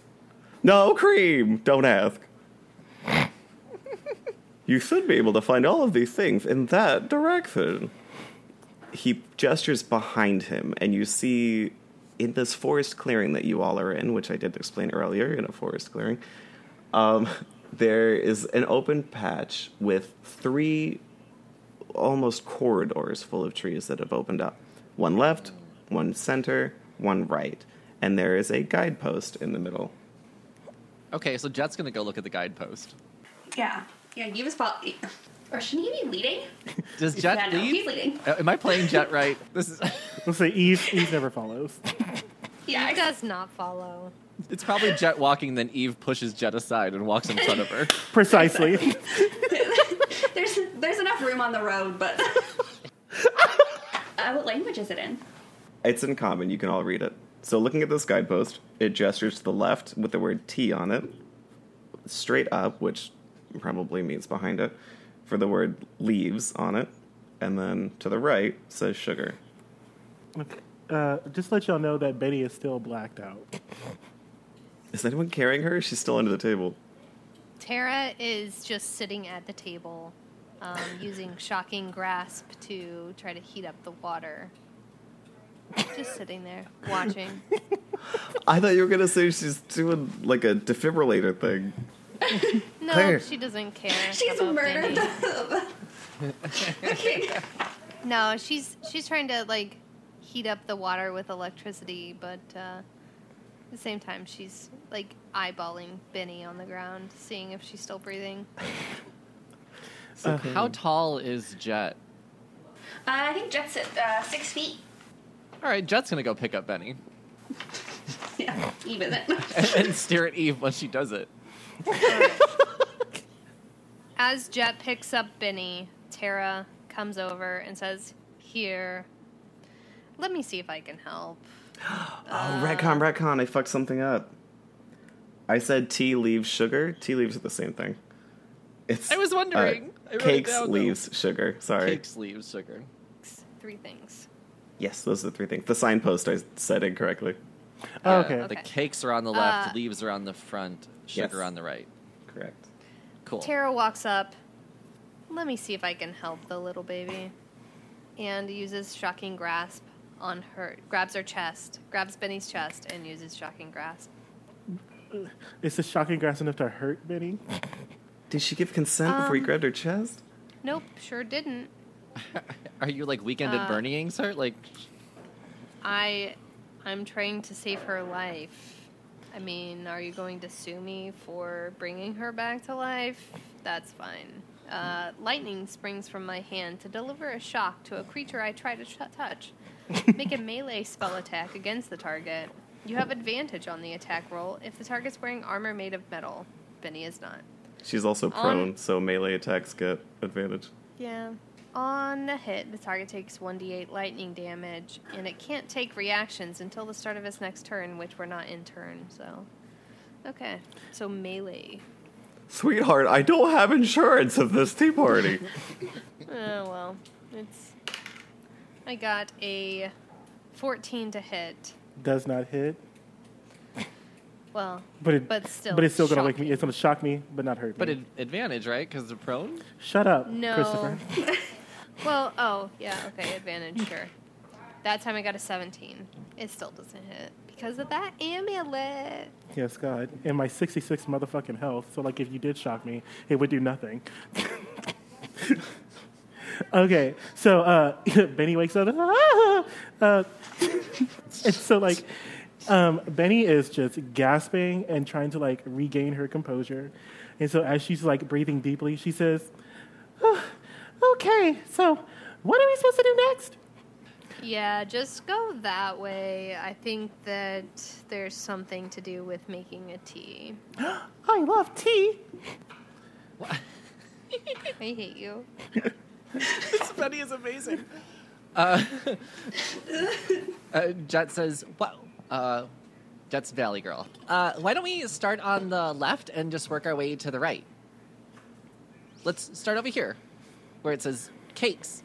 S6: No cream, don't ask. [laughs] you should be able to find all of these things in that direction. He gestures behind him, and you see in this forest clearing that you all are in, which I did explain earlier, in a forest clearing, um, [laughs] there is an open patch with three almost corridors full of trees that have opened up. One left, one center, one right, and there is a guidepost in the middle.
S4: Okay, so Jet's gonna go look at the guidepost.
S5: Yeah. Yeah, you was probably. Or shouldn't he be leading?
S4: Does Jet
S5: yeah, no,
S4: lead?
S5: he's leading.
S4: Uh, Am I playing Jet right? This is. [laughs]
S1: Let's say Eve. Eve never follows. [laughs]
S5: Yeah,
S2: He
S5: [laughs] I
S2: does not follow.
S4: It's probably Jet walking, then Eve pushes Jet aside and walks in front of her.
S1: Precisely. [laughs]
S5: there's there's enough room on the road, [laughs] but. uh, what language is it in?
S6: It's in common, you can all read it. So, looking at this guidepost, it gestures to the left with the word T on it, straight up, which probably means behind it, for the word leaves on it, and then to the right says sugar.
S1: uh, just to let y'all know that Betty is still blacked out.
S6: Is anyone carrying her? She's still under the table.
S2: Tara is just sitting at the table,
S5: [laughs]
S2: um, using shocking grasp to try to heat up the water. Just sitting there, watching.
S6: I thought you were gonna say she's doing like a defibrillator thing.
S2: No,
S6: Claire.
S2: she doesn't care.
S5: [laughs] She's
S2: about
S5: murdered uh,
S2: Benny.
S5: the. [laughs] the king.
S2: No, she's she's trying to like heat up the water with electricity, but uh, at the same time she's like eyeballing Benny on the ground, seeing if she's still breathing.
S4: How tall is Jet?
S5: Uh, I think Jet's at uh, six feet.
S4: All right, Jet's gonna go pick up Benny
S5: Yeah, even then.
S4: and, and stare at Eve when she does it.
S2: As Jet picks up Benny, Tara comes over and says, "Here, let me see if I can help."
S6: Oh, retcon, retcon, I fucked something up. I said tea leaves sugar. Tea leaves are the same thing. It's
S4: I was
S6: uh,
S4: wondering. I wrote it
S6: cakes,
S4: down, though.
S6: leaves, sugar. Sorry.
S4: Cake sleeves, sugar.
S2: Three things.
S6: Yes, those are the three things. The signpost I said incorrectly.
S1: okay.
S4: The
S2: Oh, Okay.
S4: cakes are on the left,
S2: Uh,
S4: leaves are on the front, sugar
S6: Yes.
S4: on the right.
S6: Correct.
S4: Cool.
S2: Tara walks up. Let me see if I can help the little baby. And uses shocking grasp on her. Grabs her chest. Grabs Benny's chest and uses shocking grasp.
S1: Is this shocking grass enough to hurt Benny?
S6: Did she give consent before
S4: Um,
S6: you grabbed her chest?
S2: Nope, sure didn't.
S4: Are you like weekend
S2: uh,
S4: at Bernieing, sir? Like,
S2: I, I'm trying to save her life. I mean, are you going to sue me for bringing her back to life? That's fine. Uh, lightning springs from my hand to deliver a shock to a creature I try to sh- touch. Make a melee spell attack against the target. You have advantage on the attack roll if the target's wearing armor made of metal. Benny is not.
S6: She's also
S2: On-
S6: prone, so melee attacks get advantage.
S2: Yeah. On a hit, the target takes 1d8 lightning damage, and it can't take reactions until the start of its next turn, which we're not in turn, so. Okay. So melee.
S6: Sweetheart, I don't have insurance of this
S4: [laughs]
S6: tea party.
S2: Oh, well. It's. I got a 14 to hit.
S1: Does not hit,
S2: Well,
S1: but it,
S2: But still
S1: but it's still gonna wake me.
S2: shocking.
S1: It's gonna shock me, but not hurt me.
S4: but ad- advantage, right? Because they're prone.
S1: Shut up,
S2: No.
S1: Christopher.
S2: well, oh, yeah, okay, advantage, sure. That time I got a 17. It still doesn't hit because of that amulet.
S1: Yes, God. And my 66 motherfucking health. So, like, if you did shock me, it would do nothing. [laughs] okay, so uh, [laughs] Benny wakes up. "Ah!" uh, [laughs] and so, like, um, Benny is just gasping and trying to, like, regain her composure. And so, as she's, like, breathing deeply, she says, "Oh, Okay, so what are we supposed to do next?
S2: Yeah, just go that way. I think that there's something to do with making a tea.
S1: I love tea.
S2: I hate you.
S3: Betty is amazing.
S4: Uh, Jet says, "Well, uh, Jet's Valley Girl. Uh, why don't we start on the left and just work our way to the right? Let's start over here, where it says cakes.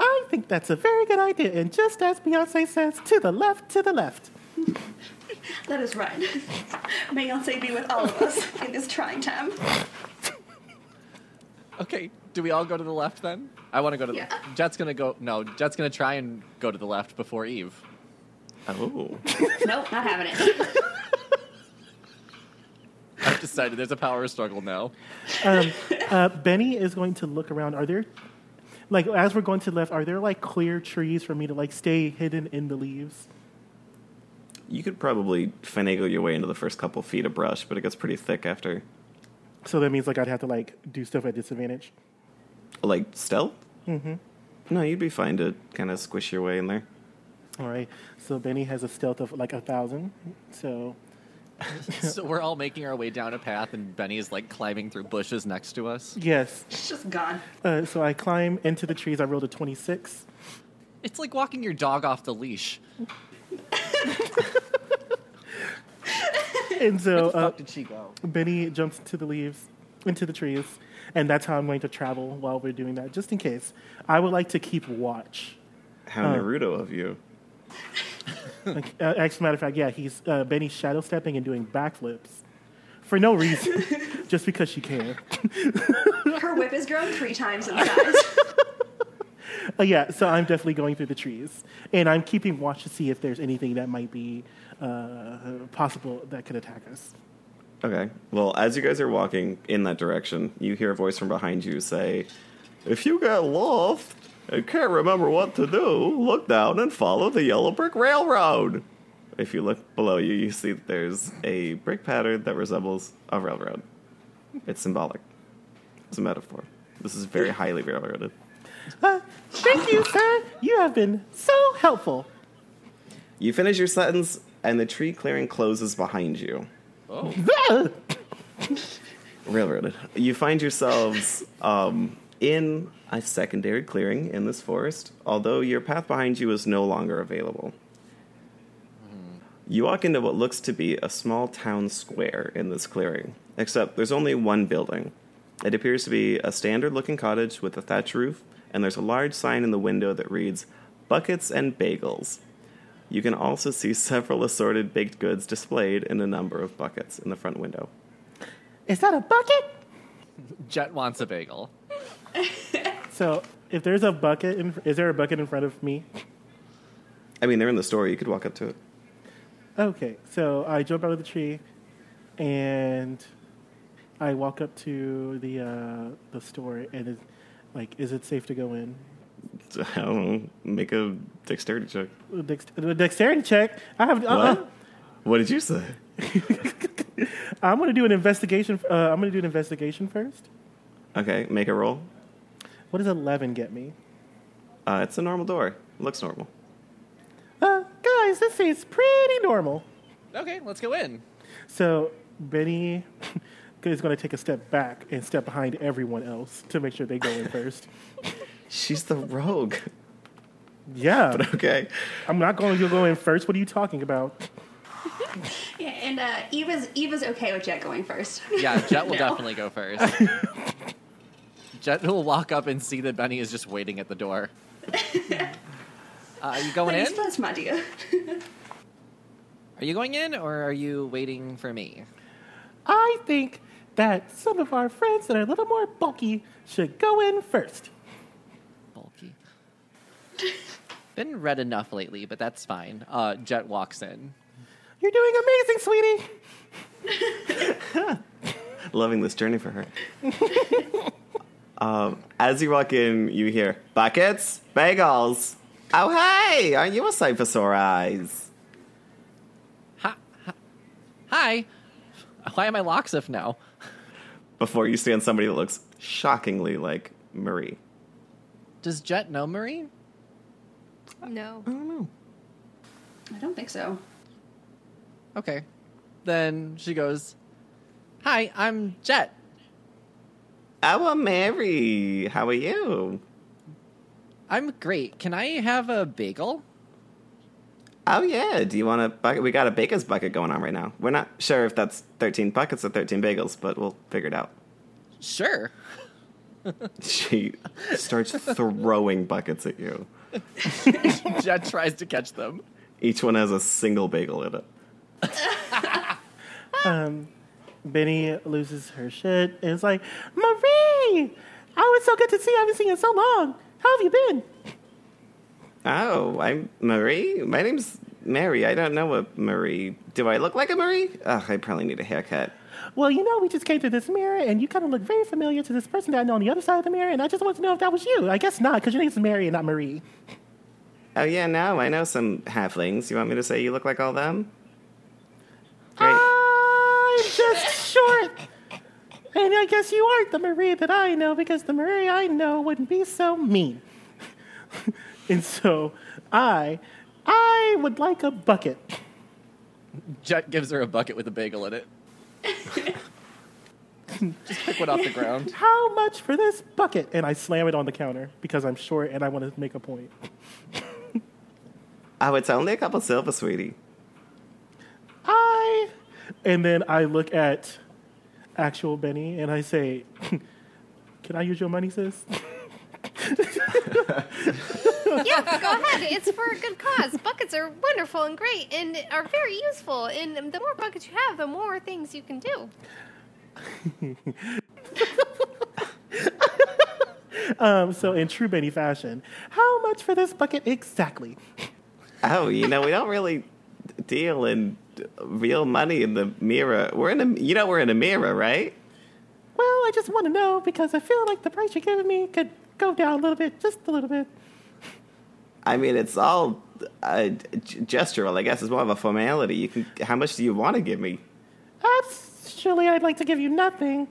S1: I think that's a very good idea. And just as Beyonce says, to the left, to the left.
S5: [laughs] That is right. May Beyonce be with all of us in this trying time.
S4: Okay, do we all go to the left then? I want to go to
S5: Yeah.
S4: the. [laughs] Jet's gonna go. No, Jet's gonna try and go to the left before Eve.
S6: Oh.
S5: Nope, not having it.
S4: I've decided there's a power struggle now.
S1: Uh, Benny is going to look around. Are there, like, as we're going to the left, are there, like, clear trees for me to, like, stay hidden in the leaves?
S6: You could probably finagle your way into the first couple feet of brush, but it gets pretty thick after.
S1: So that means, like, I'd have to, like, do stuff at disadvantage.
S6: Like, stealth? Mm-hmm. No, you'd be fine to kind of squish your way in there.
S1: All right. So Benny has a stealth of, like, a thousand. So,
S4: so we're all making our way down a path, and Benny is like climbing through bushes next to us.
S1: yes.
S5: [laughs] It's just gone.
S1: Uh, so I climb into the trees. I rolled a 26.
S4: It's like walking your dog off the leash.
S1: And so uh,
S4: did she go?
S1: Benny jumps into the leaves, into the trees, and that's how I'm going to travel while we're doing that, just in case. I would like to keep watch.
S6: How Naruto of you.
S1: Like, uh, as a matter of fact, yeah, he's uh, Benny shadow stepping and doing backflips for no
S4: [laughs]
S1: reason, just because she can.
S5: Her whip has grown three times in size.
S1: Uh, yeah, so I'm definitely going through the trees, and I'm keeping watch to see if there's anything that might be uh, possible that could attack us.
S6: Okay. Well, as you guys are walking in that direction, you hear a voice from behind you say, If you get lost and can't remember what to do, look down and follow the Yellow Brick Railroad. If you look below you, you see that there's a brick pattern that resembles a railroad. It's symbolic, it's a metaphor. This is very highly railroaded.
S1: Uh, thank you, sir. You have been so helpful.
S6: You finish your sentence, and the tree clearing closes behind you.
S4: Oh,
S6: railroaded. You find yourselves um, in a secondary clearing in this forest, although your path behind you is no longer available. You walk into what looks to be a small town square in this clearing, except there's only one building. It appears to be a standard looking cottage with a thatch roof, and there's a large sign in the window that reads Buckets and Bagels. You can also see several assorted baked goods displayed in a number of buckets in the front window.
S1: Is that a bucket?
S4: Jet wants a bagel.
S1: So if there's a bucket, in, is there a bucket in front of me?
S6: I mean, they're in the store. You could walk up to it.
S1: Okay, so I jump out of the tree, and I walk up to the uh, the store, and it's like, is it safe to go in?
S6: [laughs] I don't know. Make a dexterity check.
S1: Dex- the dexterity check. I have. Uh,
S6: What? What did you say?
S1: I'm going to do an investigation. Uh, I'm going to do an investigation first.
S6: Okay, make a roll.
S1: What does eleven get me?
S6: Uh, it's a normal door. Looks normal.
S1: Uh, guys, this seems pretty normal.
S4: Okay, let's go in.
S1: So Benny [laughs] is going to take a step back and step behind everyone else to make sure they go in first.
S6: She's the rogue.
S1: Yeah,
S6: [laughs] Okay.
S1: I'm not going. You'll go in first. What are you talking about?
S5: [laughs] Yeah, and uh, Eva's Eva's okay with Jet going first. [laughs]
S4: Yeah, Jet [laughs] will
S5: No.
S4: definitely go first. Jet will walk up and see that Benny is just waiting at the [laughs] door. Uh, are you going in?
S5: Thanks, plus, my dear.
S4: Are you going in, or are you waiting for me?
S1: I think that some of our friends that are a little more bulky should go in first.
S4: Bulky. Been red enough lately, but that's fine. Uh, Jet walks in.
S1: You're doing amazing, sweetie.
S6: Loving this journey for [laughs] her. um, as you walk in, you hear buckets, bagels. Oh hey, aren't you a sight for sore eyes?
S4: Hi. hi. Why am I Loxif now?
S6: Before you stand somebody that looks shockingly like Marie.
S4: Does Jet know Marie?
S2: No.
S5: I don't think so.
S4: Okay. Then she goes, Hi, I'm Jet.
S6: Our Oh, Mary, how are you?
S4: I'm great. Can I have a bagel?
S6: Oh yeah, do you want a bucket? We got a baker's bucket going on right now. We're not sure if that's thirteen buckets or thirteen bagels, but we'll figure it out. [laughs]
S4: [laughs] Sure.
S6: She starts throwing buckets at you.
S4: Jed tries to catch them.
S6: Each one has a single bagel in it.
S1: Benny loses her shit and it's like, Marie! Oh, it's so good to see you. I haven't seen you in so long. How have you been?
S6: Oh, I'm Marie. My name's Mary. I don't know a Marie. Do I look like a Marie? Ugh, I probably need a haircut.
S1: Well, you know, we just came through this mirror and you kind of look very familiar to this person that I know on the other side of the mirror, and I just wanted to know if that was you. I guess not, because your name's Mary and not Marie.
S6: Oh yeah, no, I know some halflings. You want me to say you look like all them? Great.
S1: Ah! I'm just short. And I guess you aren't the Marie that I know because the Marie I know wouldn't be so mean. [laughs] and so I I would like a bucket.
S4: Jet gives her a bucket with a bagel [laughs] in it. Just pick one off the ground.
S1: How much for this bucket? And I slam it on the counter because I'm short and I want to make a point.
S6: Oh, it's only a couple silver, sweetie.
S1: I and then I look at actual Benny and I say, Can I use your money, sis? [laughs]
S2: yeah, go [laughs] ahead. It's for a good cause. Buckets are wonderful and great and are very useful. And the more buckets you have, the more things you can do.
S1: Um, so in true Benny fashion, how much for this bucket exactly?
S6: Oh, you know, we don't really deal in real money in the mirror. We're in a, you know, we're in a mirror, right?
S1: Well, I just want to know because I feel like the price you're giving me could go down a little bit, just a little bit.
S6: I mean, it's all uh, g- gestural. I guess it's more of a formality. You can, how much do you want to give me?
S1: Actually, I'd like to give you nothing.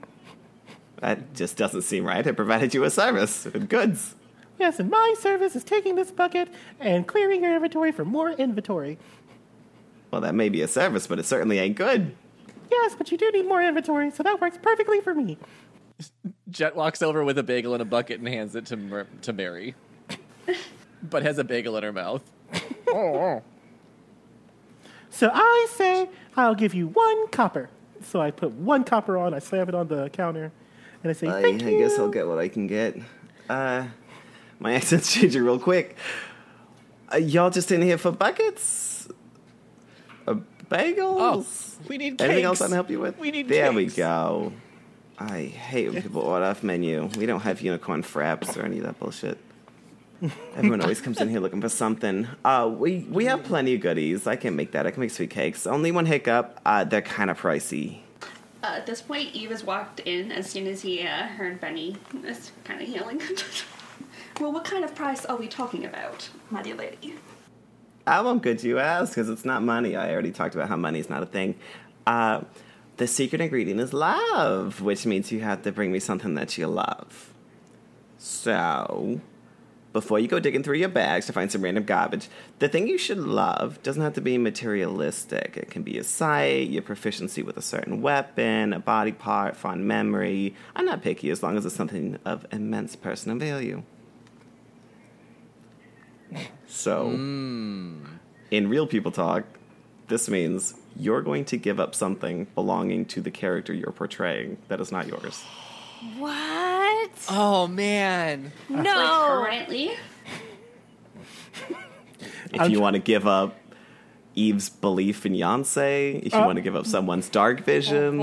S6: That just doesn't seem right. I provided you a service and goods.
S1: Yes, and my service is taking this bucket and clearing your inventory for more inventory.
S6: Well, that may be a service, but it certainly ain't good.
S1: Yes, but you do need more inventory, so that works perfectly for me.
S4: Jet walks over with a bagel and a bucket and hands it to Mer- to Mary, but has a bagel in her mouth.
S1: So I say, I'll give you one copper. So I put one copper on, I slam it on the counter, and I say,
S6: I,
S1: Thank
S6: I
S1: you.
S6: guess I'll get what I can get. Uh, my [laughs] accent's changing real quick. Uh, y'all just in here for buckets? Uh, bagels?
S4: Oh, we need
S6: Anything
S4: cakes.
S6: else I can help you with?
S4: We need
S6: There we
S4: cakes.
S6: go. I hate when people order off menu. We don't have unicorn fraps or any of that bullshit. Everyone always comes in here looking for something. Uh, we we have plenty of goodies. I can make that. I can make sweet cakes. Only one hiccup. Uh, they're kind of pricey.
S5: Uh, at this point, Eve has walked in as soon as he uh, heard Benny is kind of yelling. [laughs] well, what kind of price are we talking about, my dear lady?
S6: I won't good you ask because it's not money. I already talked about how money's not a thing. Uh, the secret ingredient is love, which means you have to bring me something that you love. So, before you go digging through your bags to find some random garbage, the thing you should love doesn't have to be materialistic. It can be your sight, your proficiency with a certain weapon, a body part, fond memory. I'm not picky as long as it's something of immense personal value. So, in real people talk, this means you're going to give up something belonging to the character you're portraying that is not yours.
S2: What?
S4: Oh man,
S5: Like,
S2: No.
S5: permanently?
S6: If
S1: I'm
S6: you
S1: tr-
S6: want to give up Eve's belief in Yonsei, if you
S1: Uh.
S6: want to give up someone's dark vision,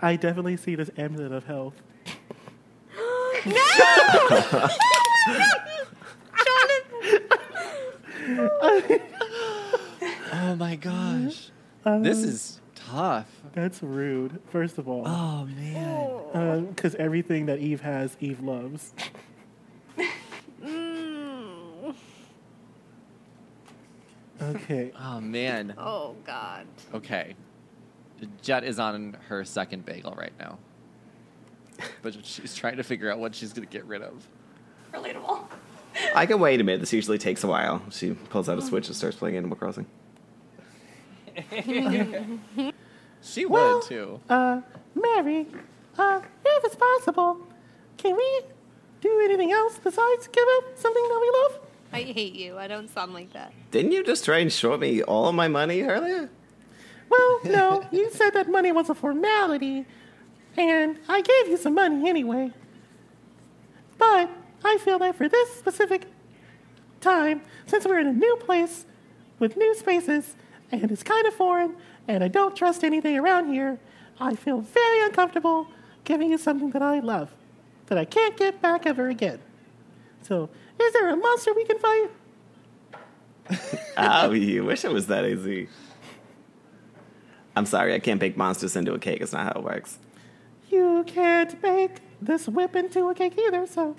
S1: I definitely see this amulet of health.
S4: oh my gosh,
S6: Mm-hmm.
S4: this is tough.
S1: That's rude, first of all.
S4: Oh man,
S1: Because Um, everything that Eve has, Eve loves.
S2: Mm.
S1: Okay.
S4: oh man.
S2: Oh God.
S4: Okay. Jet is on her second bagel right now. But she's trying to figure out what she's going to get rid of.
S5: Relatable.
S6: I can wait a minute. This usually takes a while. She pulls out a switch and starts playing Animal Crossing.
S4: She
S1: Well-
S4: would too.
S1: Uh, Mary, uh, if it's possible, Can we do anything else besides give up something that we love?
S2: I hate you. I don't sound like that.
S6: Didn't you just try and short me all my money earlier?
S1: Well, no, you said that money was a formality, and I gave you some money anyway. But I feel that for this specific time, since we're in a new place with new spaces, and it's kind of foreign, and I don't trust anything around here, I feel very uncomfortable giving you something that I love, that I can't get back ever again. So, is there a monster we can fight?
S6: Oh, you wish it was that easy. I'm sorry, I can't bake monsters into a cake. It's not how it works.
S1: You can't make this whip into a cake either, so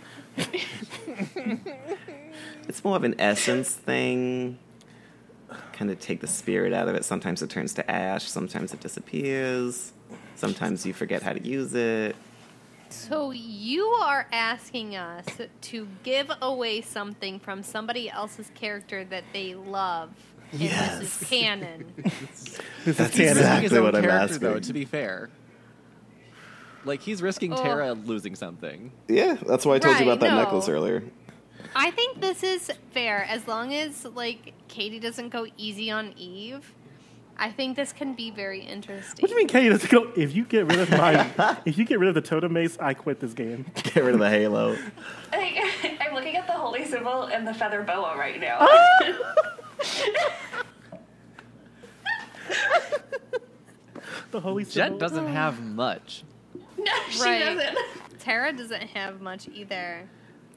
S6: It's more of an essence thing. Kind of take the spirit out of it. Sometimes it turns to ash, sometimes it disappears, sometimes you forget how to use it.
S2: So you are asking us to give away something from somebody else's character that they love. And this is canon.
S6: That's
S4: risking his
S6: exactly
S4: own
S6: what I'm
S4: character,
S6: asking.
S4: Though, to be fair, like he's risking
S2: Oh.
S4: Tara losing something.
S6: Yeah, that's why I told you
S2: Right,
S6: about that
S2: no.
S6: necklace earlier.
S2: I think this is fair as long as like Katie doesn't go easy on Eve. I think this can be very interesting.
S1: What do you mean, Katie doesn't go? If you get rid of my, if you get rid of the totem mace, I quit this game.
S6: Get rid of the halo.
S5: Like, [laughs] I'm looking at the holy symbol and the feather boa right now.
S1: [laughs] The holy
S4: Jet
S1: symbol.
S4: doesn't have much.
S5: no, she
S2: Right.
S5: doesn't.
S2: Tara doesn't have much either.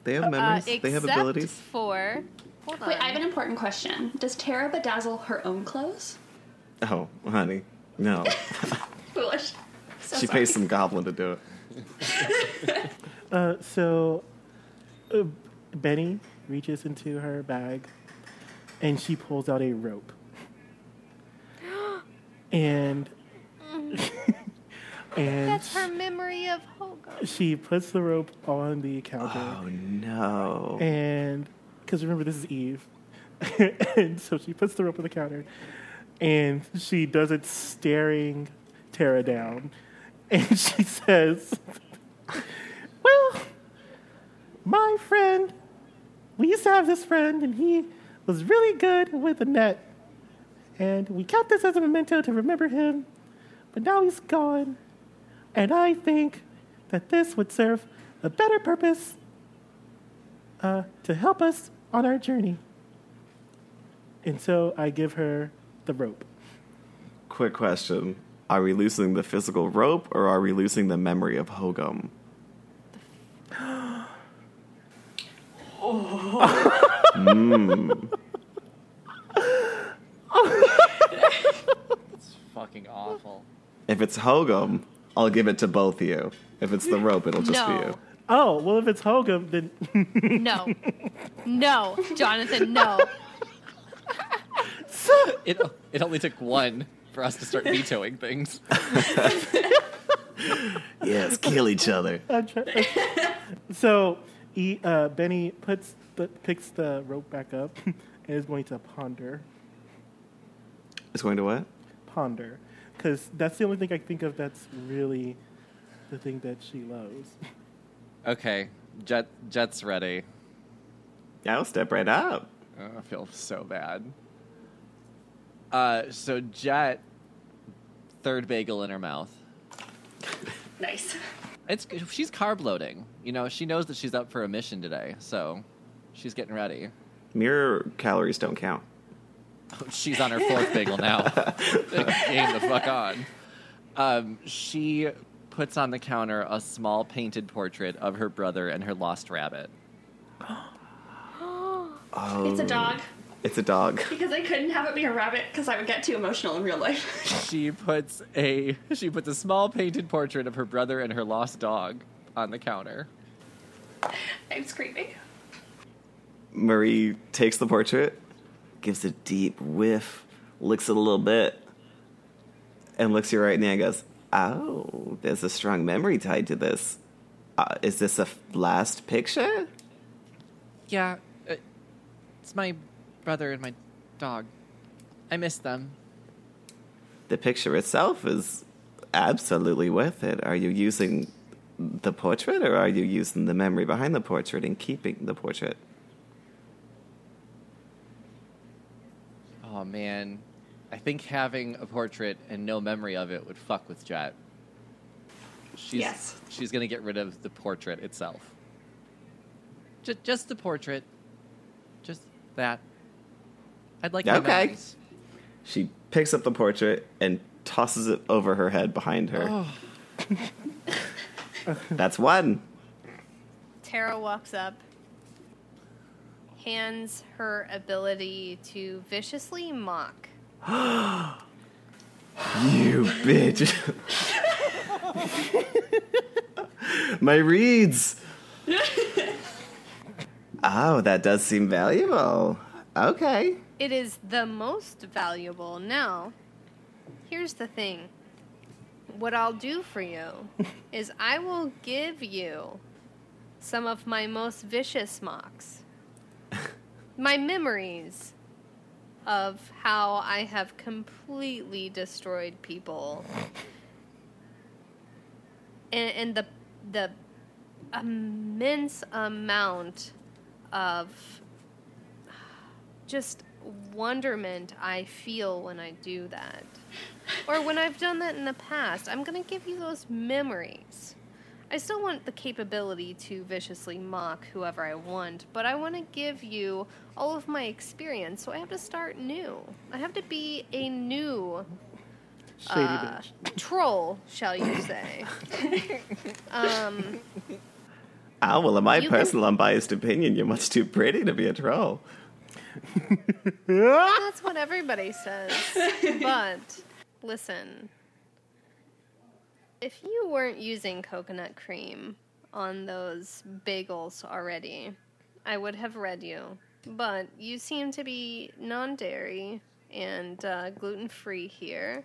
S6: They have
S2: Uh,
S6: memories, they have
S2: except
S6: abilities.
S2: For hold on.
S5: Wait, I have an important question. Does Tara bedazzle her own clothes?
S6: Oh, honey.
S2: [laughs]
S6: No.
S5: Foolish. So
S6: she
S5: sorry.
S6: pays some goblin to do it.
S1: Uh, so, uh, Benny reaches into her bag, and she pulls out a rope, and [laughs] and
S2: That's her memory of Hogo.
S1: she puts the rope on the counter.
S6: Oh, no.
S1: and because remember this is Eve, [laughs] and so she puts the rope on the counter, and she does it staring Tara down, [laughs] and she says, [laughs] "Well, my friend, we used to have this friend, and he was really good with the net, and we kept this as a memento to remember him, but now he's gone, and I think that this would serve a better purpose." uh, to help us on our journey. And so I give her the rope.
S6: Quick question. Are we losing the physical rope or are we losing the memory of Hogum?
S4: Mm. It's fucking awful.
S6: If it's Hogum, I'll give it to both of you. If it's the rope, it'll just be
S2: No,
S6: you.
S1: Oh, well, if it's Hogum, then [laughs]
S2: no, no, Jonathan, no.
S4: It it only took one for us to start vetoing
S6: [laughs]
S4: things.
S6: Yes, kill each other.
S1: I'm try-
S2: [laughs]
S1: so e, uh, Benny puts the, picks the rope back up [laughs] and is going to ponder,
S6: It's going to what?
S1: ponder, because that's the only thing I think of that's really the thing that she loves.
S4: Okay, Jet Jet's ready.
S6: I'll step right up.
S4: Oh, I feel so bad. Uh, so Jet, third bagel in her mouth.
S5: Nice.
S4: It's she's carb loading. You know, she knows that she's up for a mission today, so she's getting ready. Oh,
S6: Mirror calories don't count.
S4: She's on her fourth bagel now. Game the fuck on. Um, she puts on the counter a small painted portrait of her brother and her lost rabbit.
S6: Oh,
S5: It's a dog
S6: It's a dog.
S5: because I couldn't have it be a rabbit because I would get too emotional in real life. [laughs]
S4: She puts a she puts a small painted portrait of her brother and her lost dog on the counter.
S5: I'm screaming.
S6: Marie takes the portrait, gives a deep whiff, licks it a little bit, and looks you right in the eye and goes, Oh, there's a strong memory tied to this. Uh, is this a f- last picture?
S4: Yeah, uh, it's my brother and my dog. I miss them.
S6: The picture itself is absolutely worth it. Are you using the portrait, or are you using the memory behind the portrait and keeping the portrait?
S4: Oh man, I think having a portrait and no memory of it would fuck with Jet. She's,
S5: Yes.
S4: She's gonna get rid of the portrait itself. Just, just the portrait. Just that. I'd like my
S6: Okay.
S4: memories.
S6: She picks up the portrait and tosses it over her head behind her. [laughs] That's one.
S2: Tara walks up, hands her ability to viciously mock.
S6: You bitch. My reads. oh, that does seem valuable. Okay.
S2: It is the most valuable. Now, here's the thing. What I'll do for you is I will give you some of my most vicious mocks. My memories of how I have completely destroyed people. And, and the the immense amount of just wonderment I feel when I do that. Or when I've done that in the past. I'm going to give you those memories. I still want the capability to viciously mock whoever I want, but I want to give you all of my experience, so I have to start new. I have to be a new
S1: Shady
S2: uh,
S1: bitch.
S2: troll, shall you say.
S6: Ah, well, in my
S2: You can-
S6: personal unbiased opinion, you're much too pretty to be a troll.
S2: That's what everybody says. But listen, if you weren't using coconut cream on those bagels already, I would have read you. But you seem to be non dairy and uh, gluten free here.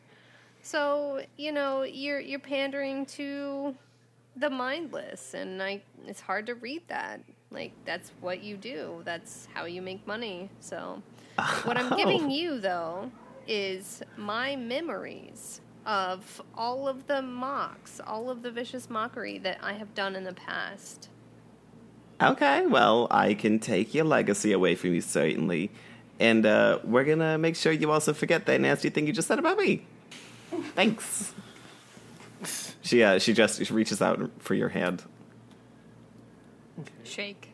S2: So, you know, you're, you're pandering to the mindless and I it's hard to read that. Like that's what you do. That's how you make money. So what I'm giving you though is my memories of all of the mocks, all of the vicious mockery that I have done in the past.
S6: Okay, well, I can take your legacy away from you, certainly. And uh, we're gonna make sure you also forget that nasty thing you just said about me. Thanks. she, uh, she just she reaches out for your hand,
S2: Shake.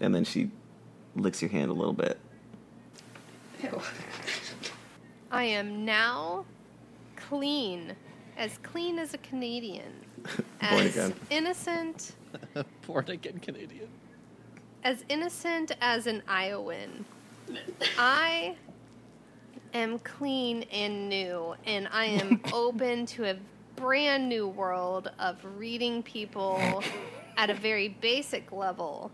S6: and then she licks your hand a little bit.
S5: Ew.
S2: I am now clean, as clean as a Canadian,
S6: Born
S2: as
S6: again.
S2: innocent,
S4: Born again Canadian.
S2: as innocent as an Iowan. I am clean and new, and I am open to a brand new world of reading people at a very basic level.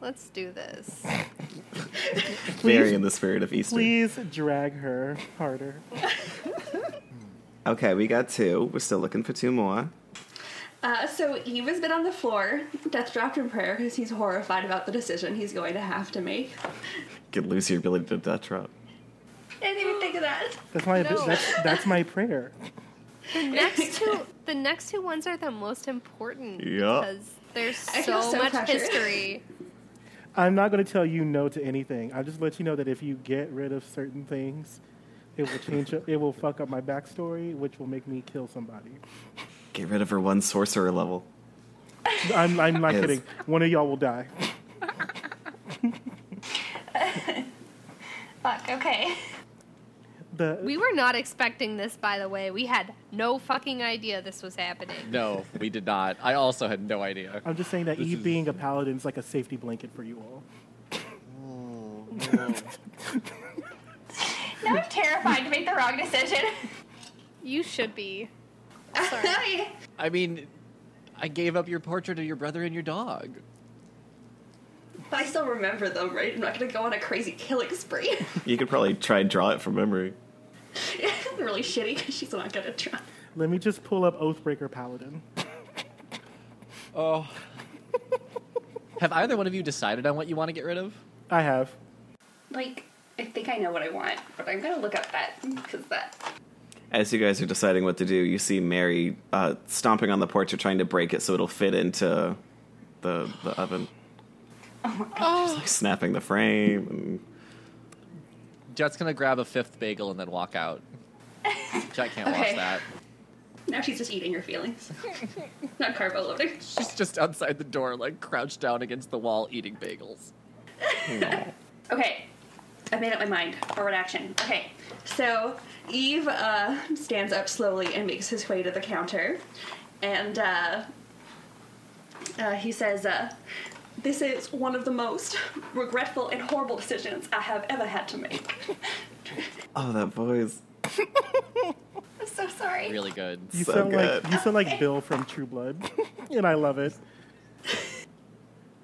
S2: Let's do this.
S6: Very in the spirit of Easter.
S1: Please drag her harder.
S6: Okay, we got two. We're still looking for two more.
S5: Uh, so Eve has been on the floor, death dropped in prayer because he's horrified about the decision he's going to have to make.
S6: Could lose your ability to death drop.
S5: I didn't even think of that.
S1: That's my
S2: No.
S1: that's that's my prayer.
S2: The next two, the next two ones are the most important
S6: Yeah.
S2: because there's
S5: I feel
S2: so,
S5: so
S2: much
S5: pressured.
S2: history.
S1: I'm not going to tell you no to anything. I'll just let you know that if you get rid of certain things, it will change. up- it will fuck up my backstory, which will make me kill somebody.
S6: Get rid of her one sorcerer level.
S1: I'm, I'm not
S6: Yes.
S1: kidding. One of y'all will die.
S5: Fuck, okay. [laughs]
S1: The
S2: We were not expecting this, by the way. We had no fucking idea this was happening.
S4: No, we did not. I also had no
S5: [laughs]
S4: idea.
S1: I'm just saying that
S4: This
S1: Eve
S4: is-
S1: being a paladin is like a safety blanket for you all.
S5: Now I'm terrified to make the wrong decision.
S2: You should be.
S5: Sorry.
S4: I mean, I gave up your portrait of your brother and your dog.
S5: But I still remember them, right? I'm not gonna go on a crazy killing spree. [laughs]
S6: You could probably try and draw it from memory.
S5: really shitty because she's not gonna try.
S1: Let me just pull up Oathbreaker Paladin.
S4: Oh. Have either one of you decided on what you want to get rid of?
S1: I have.
S5: Like, I think I know what I want, but I'm gonna look up that because that
S6: As you guys are deciding what to do, you see Mary uh, stomping on the porch or trying to break it so it'll fit into the the oven. She's like snapping the frame. And
S4: Jet's gonna grab a fifth bagel and then walk
S5: [laughs]
S4: out. Jet can't watch
S5: Okay.
S4: that.
S5: Now she's just eating her feelings. [laughs] Not carbo loading.
S4: She's just outside the door, like crouched down against the wall, eating bagels.
S5: Okay, I made up my mind. Forward action. Okay, so Eve uh, stands up slowly and makes his way to the counter, and uh, uh, he says, uh, "This is one of the most regretful and horrible decisions I have ever had to make.
S6: oh, that voice.
S5: I'm so sorry."
S4: Really good.
S1: You
S6: So
S1: sound
S6: good.
S1: like you sound like Bill from True Blood, [laughs] and I love it.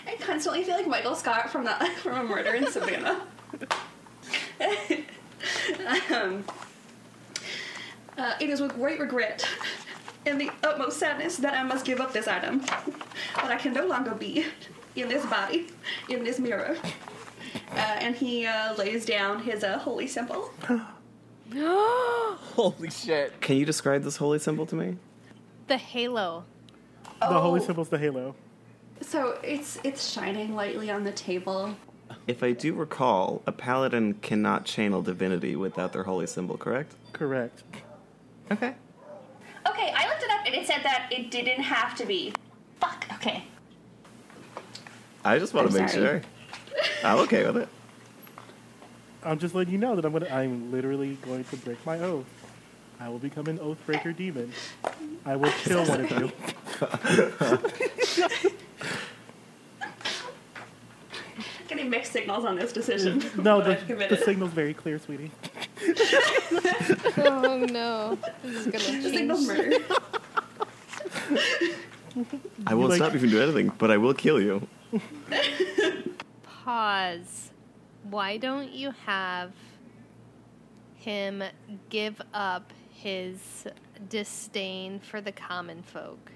S5: I constantly feel like Michael Scott from the [laughs] from a murder in Savannah. [laughs] um, uh, it is with great regret and the utmost sadness that I must give up this item. But I can no longer be in this body, in this mirror. Uh, and he uh, lays down his uh, holy symbol.
S4: Holy shit.
S6: Can you describe this holy symbol to me?
S2: The halo.
S1: The holy
S5: Oh,
S1: symbol's the halo.
S5: So it's it's shining lightly on the table.
S6: If I do recall, a paladin cannot channel divinity without their holy symbol, correct?
S1: Correct.
S6: Okay.
S5: Okay, I looked it up and it said that it didn't have to be. Fuck. Okay.
S6: I just want
S5: I'm
S6: to make
S5: sorry.
S6: sure. I'm okay with it.
S1: I'm just letting you know that I'm gonna. I'm literally going to break my oath. I will become an oathbreaker demon. I will kill one of you.
S5: Getting mixed signals on this decision.
S1: No,
S5: [laughs] but
S1: the, the
S5: I've committed.
S1: signal's very clear, sweetie.
S2: Oh no. This is
S5: [laughs]
S2: gonna
S5: The signal's
S2: change.
S5: murder.
S6: [laughs] I won't
S1: like-
S6: stop you from doing anything, but I will kill you.
S2: Pause. Why don't you have him give up his disdain for the common folk?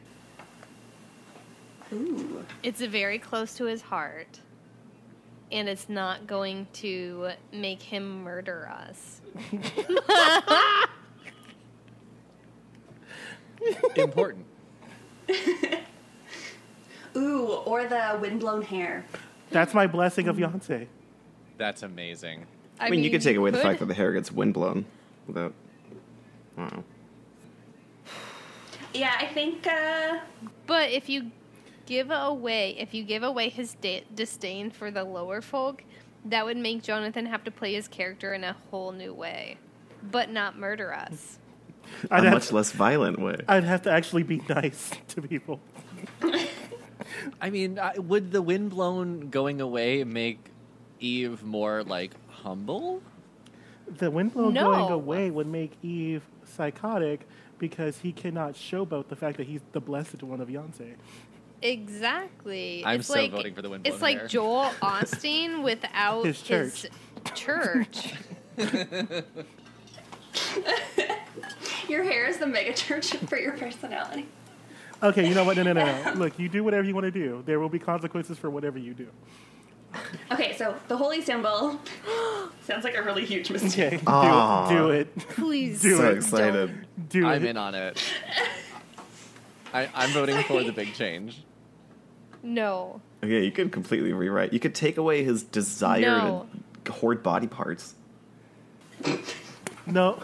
S5: Ooh.
S2: It's very close to his heart. And it's not going to make him murder us.
S4: Important.
S5: Ooh, or the windblown hair.
S1: That's my blessing of Yonsei.
S4: That's amazing.
S2: I,
S6: I mean, you can take away the
S2: could-
S6: fact that the hair gets windblown without. I don't know.
S5: Yeah, I think uh
S2: But if you give away, if you give away his da- disdain for the lower folk, that would make Jonathan have to play his character in a whole new way, but not murder us.
S1: I'd
S6: a
S1: have,
S6: much less violent way.
S1: I'd have to actually be [laughs] nice to people.
S4: I mean, I, would the windblown going away make Eve more like humble?
S1: The windblown
S2: No.
S1: going away would make Eve psychotic because he cannot showboat the fact that he's the blessed one of Yonsei.
S2: Exactly.
S4: I'm
S2: it's
S4: so
S2: like,
S4: voting for the windblown
S2: It's like
S4: hair.
S2: Joel
S4: [laughs]
S2: Austin without
S1: His church.
S2: his
S1: [laughs]
S2: church.
S5: your hair is the megachurch [laughs] for your personality.
S1: Okay, you know what? No, no, no, no. Look, you do whatever you want to do. There will be consequences for whatever you do.
S5: Okay, so the holy symbol [gasps] sounds like a really [laughs] huge mistake.
S1: Okay,
S6: Aw.
S1: do, do it.
S2: Please.
S1: Do
S6: so
S1: it.
S6: excited.
S1: Do
S4: I'm
S1: it.
S4: in on it. I, I'm voting for the big change.
S2: No.
S6: Okay, you could completely rewrite. You could take away his desire
S2: No.
S6: to hoard body parts.
S1: No,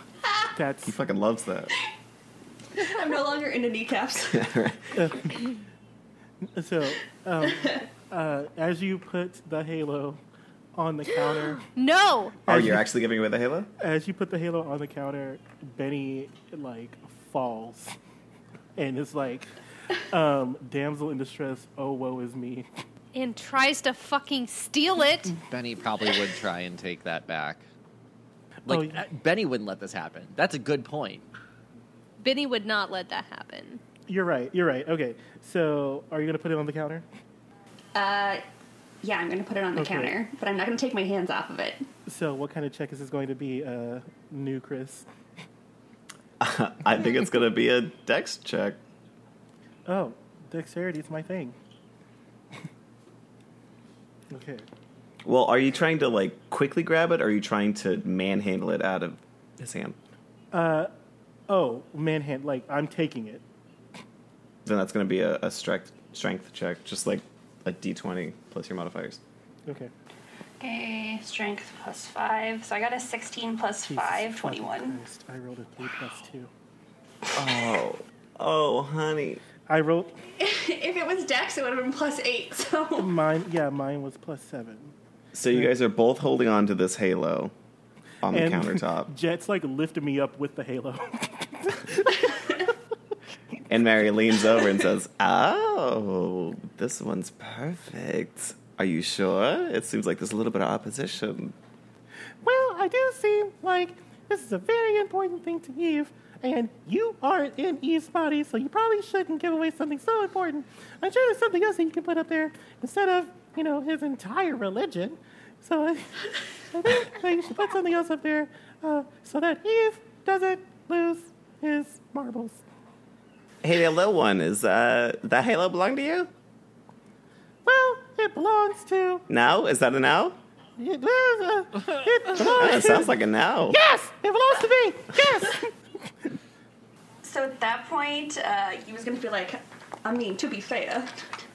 S1: that's
S6: He fucking loves that.
S5: I'm no longer
S1: [laughs]
S5: into kneecaps.
S1: so. Um, uh, as you put the halo on the counter,
S2: No.
S6: Oh, you're actually giving away the halo?
S1: as you put the halo on the counter, Benny like falls, and it's like, um, damsel in distress. Oh woe is me.
S2: And tries to fucking steal it.
S4: Benny probably would try and take that back. Like,
S1: Oh, y-
S4: uh, Benny wouldn't let this happen. That's a good point.
S2: Benny would not let that happen.
S1: You're right. You're right. Okay. So are you gonna put it on the counter?
S5: Uh yeah, I'm gonna put it on the
S1: Okay.
S5: counter, but I'm not gonna take my hands off of it.
S1: So what kind of check is this going to be? Uh, new Chris.
S6: [laughs] I think it's gonna be a dex check.
S1: Oh, dexterity is my thing. [laughs] okay.
S6: Well, are you trying to like quickly grab it or are you trying to manhandle it out of his hand?
S1: oh, manhand, like I'm taking it.
S6: Then that's going to be a, a strength strength check, just like a d20 plus your modifiers.
S1: Okay.
S5: Okay, strength plus five. So I got a 16 plus
S1: Jesus
S5: five,
S1: fucking
S5: 21.
S1: Christ, I rolled a three plus two.
S6: Oh, oh, honey.
S1: I rolled
S5: [laughs] if it was Dex, it would have been plus eight. [laughs] So
S1: mine. Yeah, mine was plus seven.
S6: So you guys are both holding on to this halo on the
S1: And
S6: countertop,
S1: [laughs] Jets like lifted me up with the halo. [laughs]
S6: and Mary leans over and says, "Oh, this one's perfect. Are you sure? It seems like there's a little bit of opposition."
S1: well, I do seem like this is a very important thing to give, and you aren't in Eve's body, so you probably shouldn't give away something so important. I'm sure there's something else that you can put up there instead of you know his entire religion. So I, [laughs] I think that you should put something else up there uh, so that Eve doesn't lose his marbles.
S6: Hey, there, little one, is uh, that halo belong to you?
S1: Well, it belongs to
S6: No, is that a no?
S1: it. Uh, [laughs] it
S6: Oh,
S1: belongs
S6: it sounds like a no.
S1: Yes, it belongs to me. Yes.
S5: so at that point, uh, he was going to be like, I mean, to be fair,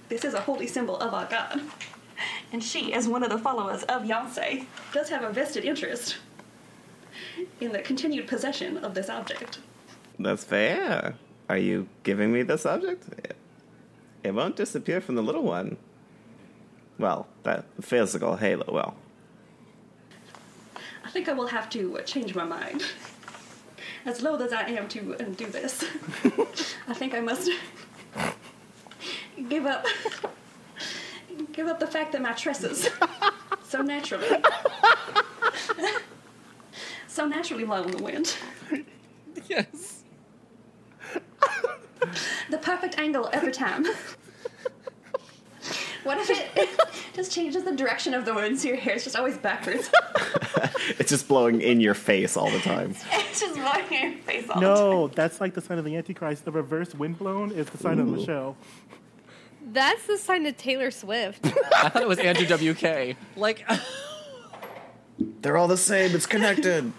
S5: this is a holy symbol of our god. And she, as one of the followers of Yonsei, does have a vested interest in the continued possession of this object.
S6: That's fair. Are you giving me this object? It, it won't disappear from the little one. Well, that physical halo will.
S5: I think I will have to uh, change my mind. As loath as I am to um, do this, [laughs] I think I must give up. [laughs] Give up the fact that my tresses so naturally, [laughs] so naturally blow in the wind.
S4: Yes.
S5: The perfect angle every time. What if it [laughs] just changes the direction of the wind so your hair is just always backwards?
S6: It's just blowing in your face all the time.
S5: it's just blowing in your face all the time.
S1: [laughs] No, that's like the sign of the Antichrist. The reverse windblown is the sign of
S6: Ooh.
S1: Michelle.
S2: That's the sign of
S1: [laughs]
S2: Taylor Swift.
S4: I thought it was Andrew WK. Like,
S6: They're all the same. It's connected.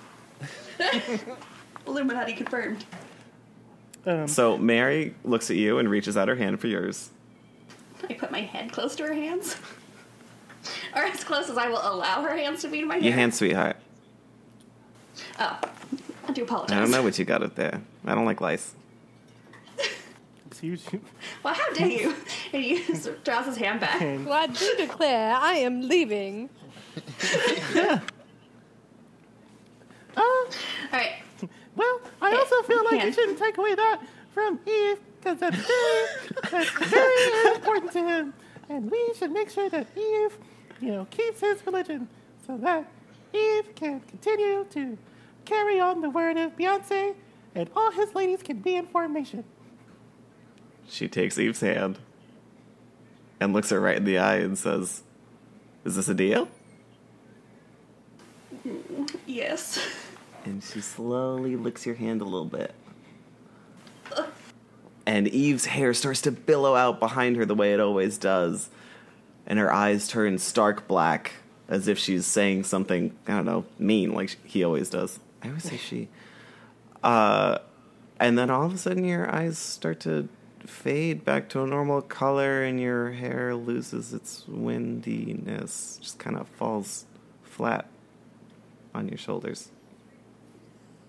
S5: Illuminati confirmed.
S6: [laughs]
S1: Um,
S6: so Mary looks at you and reaches out her hand for yours.
S5: I put my head close to her hands. or as close as I will allow her hands to be to my
S6: Your
S5: hair.
S6: hand, sweetheart.
S5: Oh, I do apologize.
S6: I don't know what you got up there. I don't like lice.
S1: It's huge.
S5: Well, how dare
S6: [laughs]
S5: you? And he draws his hand back.
S1: And
S2: well, I do declare I am leaving.
S1: oh,
S5: All right.
S1: well, I also feel like you shouldn't take away that from Eve because that's very, that's very important to him, and we should make sure that Eve, you know, keeps his religion so that Eve can continue to carry on the word of Beyonce, and all his ladies can be in formation.
S6: She takes Eve's hand and looks her right in the eye and says, Is this a deal?
S5: Yes.
S6: And she slowly licks your hand a little bit. And Eve's hair starts to billow out behind her the way it always does. And her eyes turn stark black as if she's saying something, I don't know, mean like he always does. I always say she. Uh, and then all of a sudden your eyes start to fade back to a normal color and your hair loses its windiness, just kind of falls flat on your shoulders.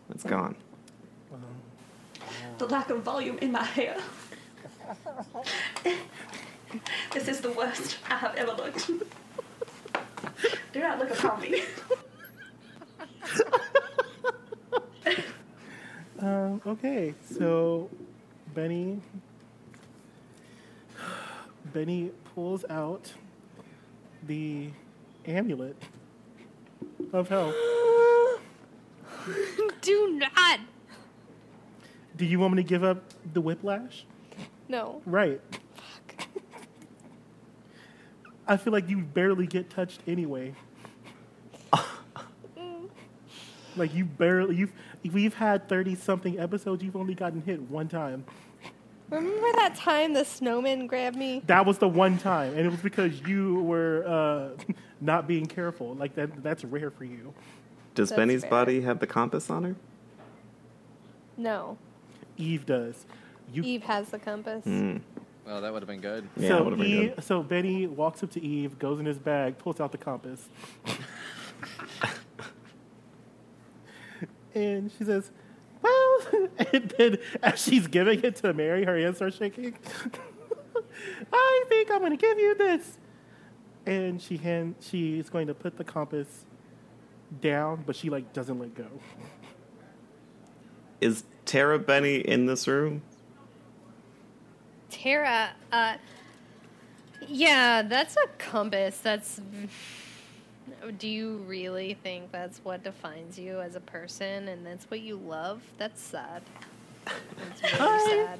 S6: It's gone.
S5: The lack of volume in my hair. this is the worst I have ever looked. do not look upon me.
S1: Um, okay, so Benny Benny pulls out the amulet of hell.
S2: Do not.
S1: Do you want me to give up the whiplash?
S2: No.
S1: Right. I feel like you barely get touched anyway. like you barely you've we've had thirty something episodes, you've only gotten hit one time.
S2: Remember that time the snowman grabbed me?
S1: That was the one time, and it was because you were uh, [laughs] not being careful. Like that—that's rare for you.
S6: Does
S2: That's
S6: Benny's
S2: fair.
S6: body have the compass on her?
S2: No,
S1: Eve does. You
S2: Eve has the compass.
S1: Hmm.
S4: Oh, that would have been good.
S6: Yeah,
S1: so
S6: would've been
S1: Eve,
S6: good.
S1: so Benny walks up to Eve, goes in his bag, pulls out the compass, and she says, "Well," [laughs] and then as she's giving it to Mary, her hands start shaking. [laughs] I think I'm going to give you this, and she hand she's going to put the compass down, but she like doesn't let go.
S6: Is Tara Benny in this room?
S2: Tara, uh, yeah, that's a compass. That's. Do you really think that's what defines you as a person and that's what you love? That's sad. [laughs] That's really sad.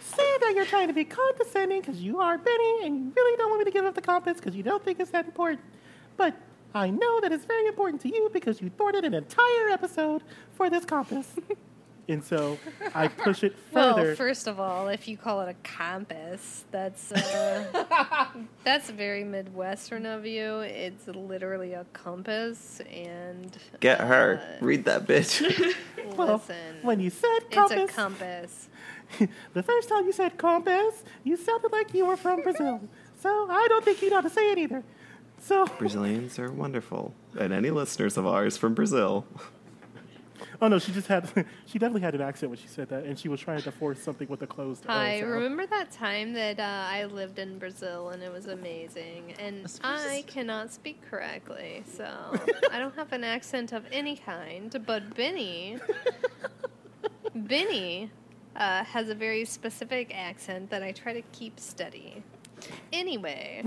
S1: Say that you're trying to be condescending because you are Benny and you really don't want me to give up the compass because you don't think it's that important. But I know that it's very important to you because you thwarted an entire episode for this compass. [laughs] and so I push it further.
S2: Well, first of all, if you call it a compass, that's uh, [laughs] that's very midwestern of you. It's literally a compass, and
S6: Get her. Read
S2: [laughs]
S6: that bitch.
S1: Well,
S2: listen,
S1: when you said
S2: it's
S1: compass,
S2: a compass.
S1: [laughs] the first time you said compass, you sounded like you were from Brazil. so I don't think you know how to say it either. So,
S6: Brazilians are wonderful. And any listeners of ours from Brazil.
S1: oh no, she just had, [laughs] she definitely had an accent when she said that, and she was trying to force something with the closed. O
S2: Hi,
S1: sound.
S2: remember that time that uh, I lived in Brazil and it was amazing? And I cannot speak correctly, so I don't have an accent of any kind. But Benny, Benny uh, has a very specific accent that I try to keep steady.
S1: [laughs]
S2: Anyway,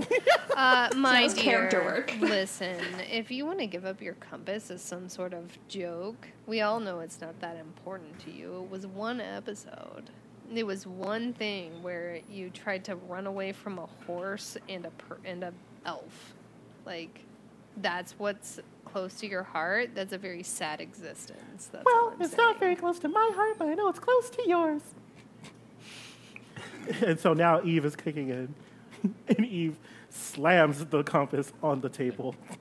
S2: uh, my
S5: Sounds
S2: dear,
S5: character work.
S2: listen, if you want to give up your compass as some sort of joke, we all know it's not that important to you. It was one episode. It was one thing where you tried to run away from a horse and a per- and a elf. Like that's what's close to your heart. That's a very sad existence. That's all
S1: Well,
S2: I'm
S1: it's
S2: saying.
S1: not very close to my heart, but I know it's close to yours. [laughs] and so now Eve is kicking in, [laughs] and Eve slams the compass on the table. [laughs]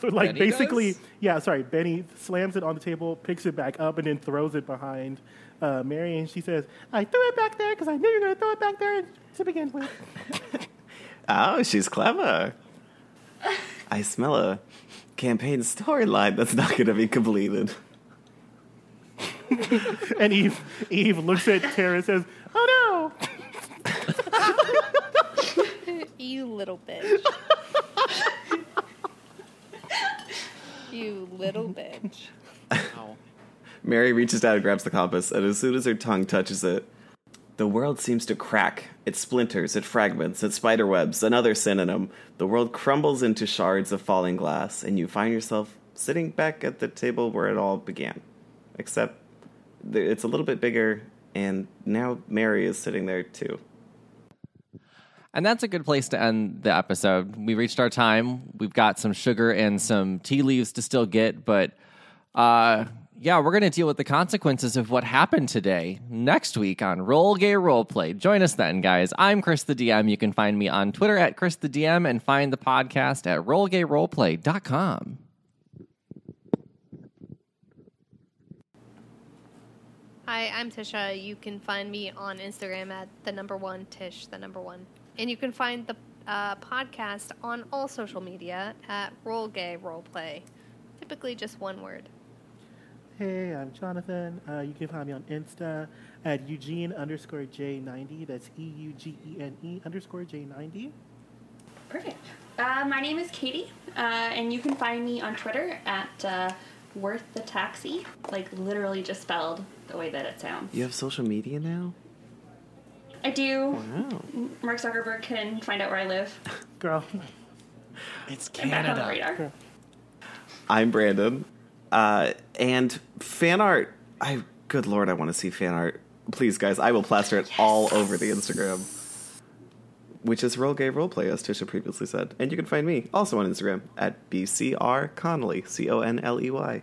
S1: So, like
S4: Benny
S1: basically,
S4: does?
S1: yeah, sorry, Benny slams it on the table, picks it back up, and then throws it behind uh, Mary, and she says, "I threw it back there because I knew you were going to throw it back there to begin
S4: [laughs]
S1: with."
S6: Oh,
S2: [laughs]
S6: she's clever. I smell a campaign storyline that's not going to be completed.
S1: and Eve, Eve looks at Tara and says, "Oh no!" [laughs]
S2: You little bitch. you
S1: [laughs]
S2: little bitch.
S6: Mary reaches down and grabs the compass, and as soon as her tongue touches it, the world seems to crack. It splinters, it fragments, it spiderwebs, another synonym. The world crumbles into shards of falling glass, and you find yourself sitting back at the table where it all began. Except th- it's a little bit bigger, and now Mary is sitting there too.
S4: And that's a good place to end the episode. We reached our time. We've got some sugar and some tea leaves to still get, but uh, yeah, we're going to deal with the consequences of what happened today next week on Roll Gay Roleplay. Join us then, guys. I'm Chris the DM. You can find me on Twitter at Chris the DM and find the podcast at rollgayroleplay.com.
S2: Hi, I'm Tisha. You can find me on Instagram at the number one Tish, the number one. And you can find the uh, podcast on all social media at Roll Gay Roleplay. Typically just one word.
S1: Hey, I'm Jonathan. Uh, you can find me on Insta at Eugene underscore J90. That's E U G E N E underscore J90.
S5: Perfect. Uh, my name is Katie, uh, and you can find me on Twitter at uh, Worth the Taxi, like literally just spelled the way that it sounds.
S6: You have social media now?
S5: I do.
S6: Wow.
S5: Mark Zuckerberg can find out where I live.
S1: [laughs] Girl,
S4: It's
S5: Back on the radar.
S6: I'm Brandon. Uh, and fan art. I good lord, I want to see fan art. Please, guys, I will plaster it all over the Instagram. Which is Roll Gay Roleplay, as Tisha previously said. And you can find me also on Instagram at BCR Connolly, C O N L E Y.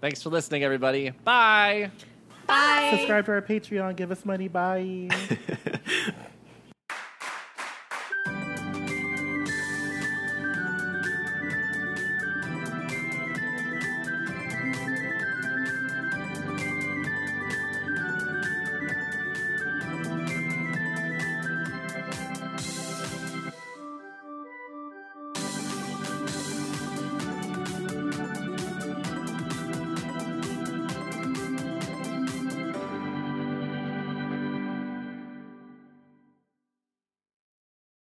S4: Thanks for listening, everybody. Bye.
S1: subscribe to our Patreon. Give us money. Bye.